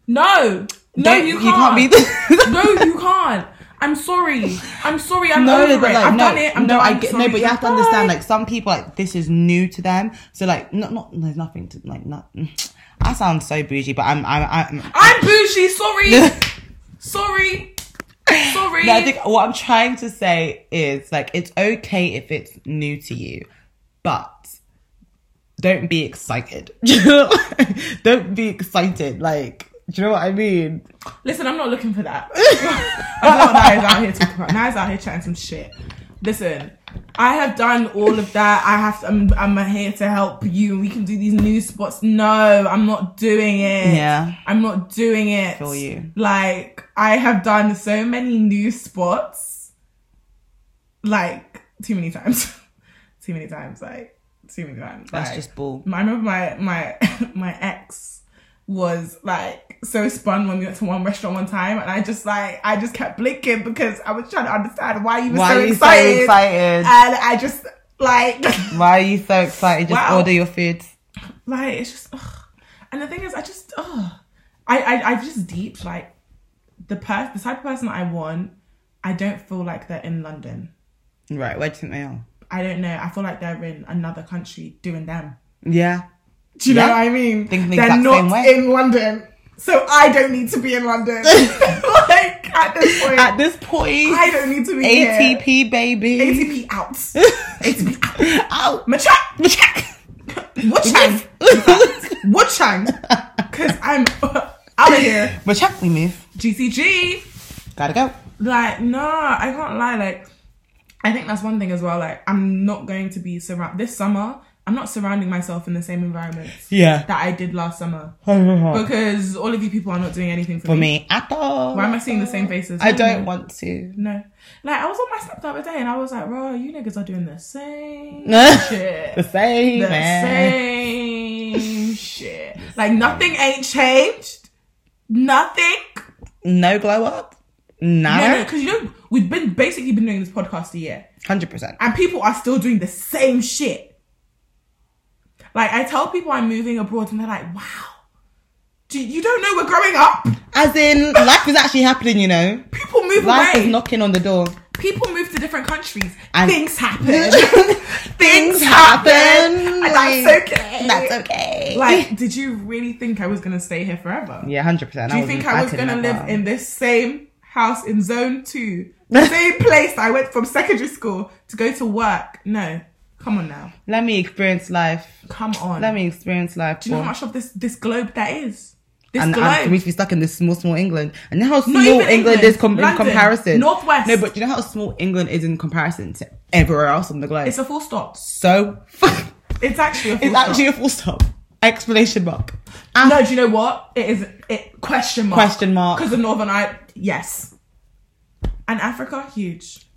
Speaker 2: No, no,
Speaker 1: Don't-
Speaker 2: you can't.
Speaker 1: you can't be the-
Speaker 2: no, you can't. I'm sorry. I'm sorry. I'm
Speaker 1: no,
Speaker 2: over
Speaker 1: but
Speaker 2: it.
Speaker 1: like,
Speaker 2: I've
Speaker 1: no,
Speaker 2: done it. I'm
Speaker 1: no,
Speaker 2: done.
Speaker 1: I
Speaker 2: I'm
Speaker 1: get
Speaker 2: sorry.
Speaker 1: no, but you have to
Speaker 2: Bye.
Speaker 1: understand, like some people, like this is new to them. So like, not not there's nothing to like. Not I sound so bougie, but I'm I'm I'm.
Speaker 2: I'm bougie. Sorry, sorry, sorry.
Speaker 1: No, I think what I'm trying to say is like it's okay if it's new to you, but don't be excited. don't be excited. Like, do you know what I mean?
Speaker 2: Listen, I'm not looking for that. I'm not that is out here talking about. Now out here chatting some shit. Listen, I have done all of that. I have. To, I'm. I'm here to help you. We can do these new spots. No, I'm not doing it.
Speaker 1: Yeah.
Speaker 2: I'm not doing it.
Speaker 1: Feel you.
Speaker 2: Like I have done so many new spots. Like too many times. too many times. Like too many times.
Speaker 1: That's
Speaker 2: like,
Speaker 1: just bull.
Speaker 2: I remember my my my ex was like so spun when we went to one restaurant one time, and I just like I just kept blinking because I was trying to understand why you were
Speaker 1: Why
Speaker 2: so,
Speaker 1: are you
Speaker 2: excited, Uh,
Speaker 1: so excited?
Speaker 2: and I just like
Speaker 1: Why are you so excited? Just
Speaker 2: Wow.
Speaker 1: order your food.
Speaker 2: like it's just ugh. and the thing is I just ugh. I I I've just deep like the per the type of person that I want. I don't feel like they're in London.
Speaker 1: Right, where do you think they are?
Speaker 2: I don't know. I feel like they're in another country doing them.
Speaker 1: Yeah.
Speaker 2: Do you
Speaker 1: Yeah.
Speaker 2: know what I mean?
Speaker 1: Thinking the
Speaker 2: They're
Speaker 1: exact
Speaker 2: not
Speaker 1: same way.
Speaker 2: in London, so I don't need to be in London. like at this point,
Speaker 1: At this point,
Speaker 2: I don't need to be
Speaker 1: ATP
Speaker 2: here.
Speaker 1: baby.
Speaker 2: ATP out. ATP out.
Speaker 1: Ow.
Speaker 2: Macha- Wuchang. Wuchang. Because I'm out of here.
Speaker 1: But check, we move.
Speaker 2: GCG.
Speaker 1: Gotta go.
Speaker 2: Like, no, I can't lie. Like, I think that's one thing as well. Like, I'm not going to be surround this summer. I'm not surrounding myself in the same environment
Speaker 1: Yeah.
Speaker 2: that I did last summer
Speaker 1: For
Speaker 2: because all of you people are not doing anything for,
Speaker 1: me, at all.
Speaker 2: Why am I seeing the same faces?
Speaker 1: I don't want to.
Speaker 2: No. Like, I was on my snap the other day and I was like, bro, you niggas are doing the same shit.
Speaker 1: The same,
Speaker 2: The
Speaker 1: man.
Speaker 2: same shit. Like, nothing ain't changed. Nothing.
Speaker 1: No glow up.
Speaker 2: No, no,
Speaker 1: No.
Speaker 2: because you know, we've been basically been doing this podcast a year
Speaker 1: Hundred percent.
Speaker 2: and people are still doing the same shit. Like, I tell people I'm moving abroad and they're like, wow. Do, you don't know we're growing up.
Speaker 1: As in, life is actually happening. You know,
Speaker 2: People move
Speaker 1: life
Speaker 2: away.
Speaker 1: is knocking on the door.
Speaker 2: people move to different countries.
Speaker 1: And-
Speaker 2: things happen. Things happen. And that's okay.
Speaker 1: That's okay.
Speaker 2: like, did you really think I was gonna stay here forever?
Speaker 1: yeah, hundred percent.
Speaker 2: Do you think I was gonna live in this same house in zone two? The same place I went from secondary school to go to work? No. Come on now.
Speaker 1: Let me experience life.
Speaker 2: Come on.
Speaker 1: Let me experience life.
Speaker 2: Do you know
Speaker 1: boy.
Speaker 2: how much of this this globe that is? This
Speaker 1: and,
Speaker 2: globe.
Speaker 1: and for me to be stuck in this small, small England. And you know how small
Speaker 2: even
Speaker 1: England,
Speaker 2: England,
Speaker 1: is com- in
Speaker 2: London,
Speaker 1: comparison.
Speaker 2: Northwest.
Speaker 1: No, but you know how small England is in comparison to everywhere else on the globe.
Speaker 2: it's a full stop.
Speaker 1: so
Speaker 2: It's actually a full
Speaker 1: it's
Speaker 2: stop.
Speaker 1: actually a full stop. Explanation mark.
Speaker 2: No, do you know what? It is it question mark.
Speaker 1: Question mark.
Speaker 2: Because of Northern Ireland, yes. And Africa, huge.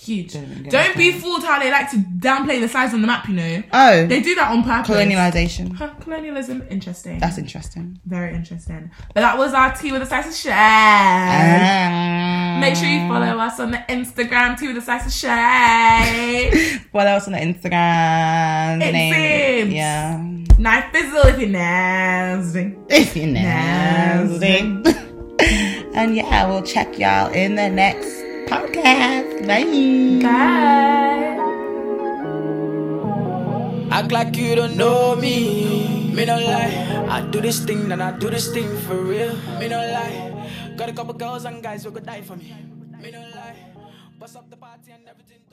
Speaker 2: Huge.
Speaker 1: get
Speaker 2: Don't be fooled how they like to downplay the size on the map, you know.
Speaker 1: Oh,
Speaker 2: They do that on purpose.
Speaker 1: colonialization.
Speaker 2: Huh, Colonialism, interesting.
Speaker 1: That's interesting.
Speaker 2: Very interesting. But that was our Tea with a Slice of Shade. Um,
Speaker 1: Ah.
Speaker 2: Make sure you follow us on the Instagram, Tea with a Slice of Shade.
Speaker 1: Follow us on the Instagram. The
Speaker 2: It
Speaker 1: name-
Speaker 2: seems.
Speaker 1: Yeah.
Speaker 2: Knife fizzle if you're nasty.
Speaker 1: If you're nasty. and yeah, we'll check y'all in the next podcast. Bye.
Speaker 4: Bye.
Speaker 3: Act like you don't know me. Me no lie. I do this thing and I do this thing for real. Me no lie. Got a couple girls and guys who could die for me. Me no lie. Bust up the party and everything.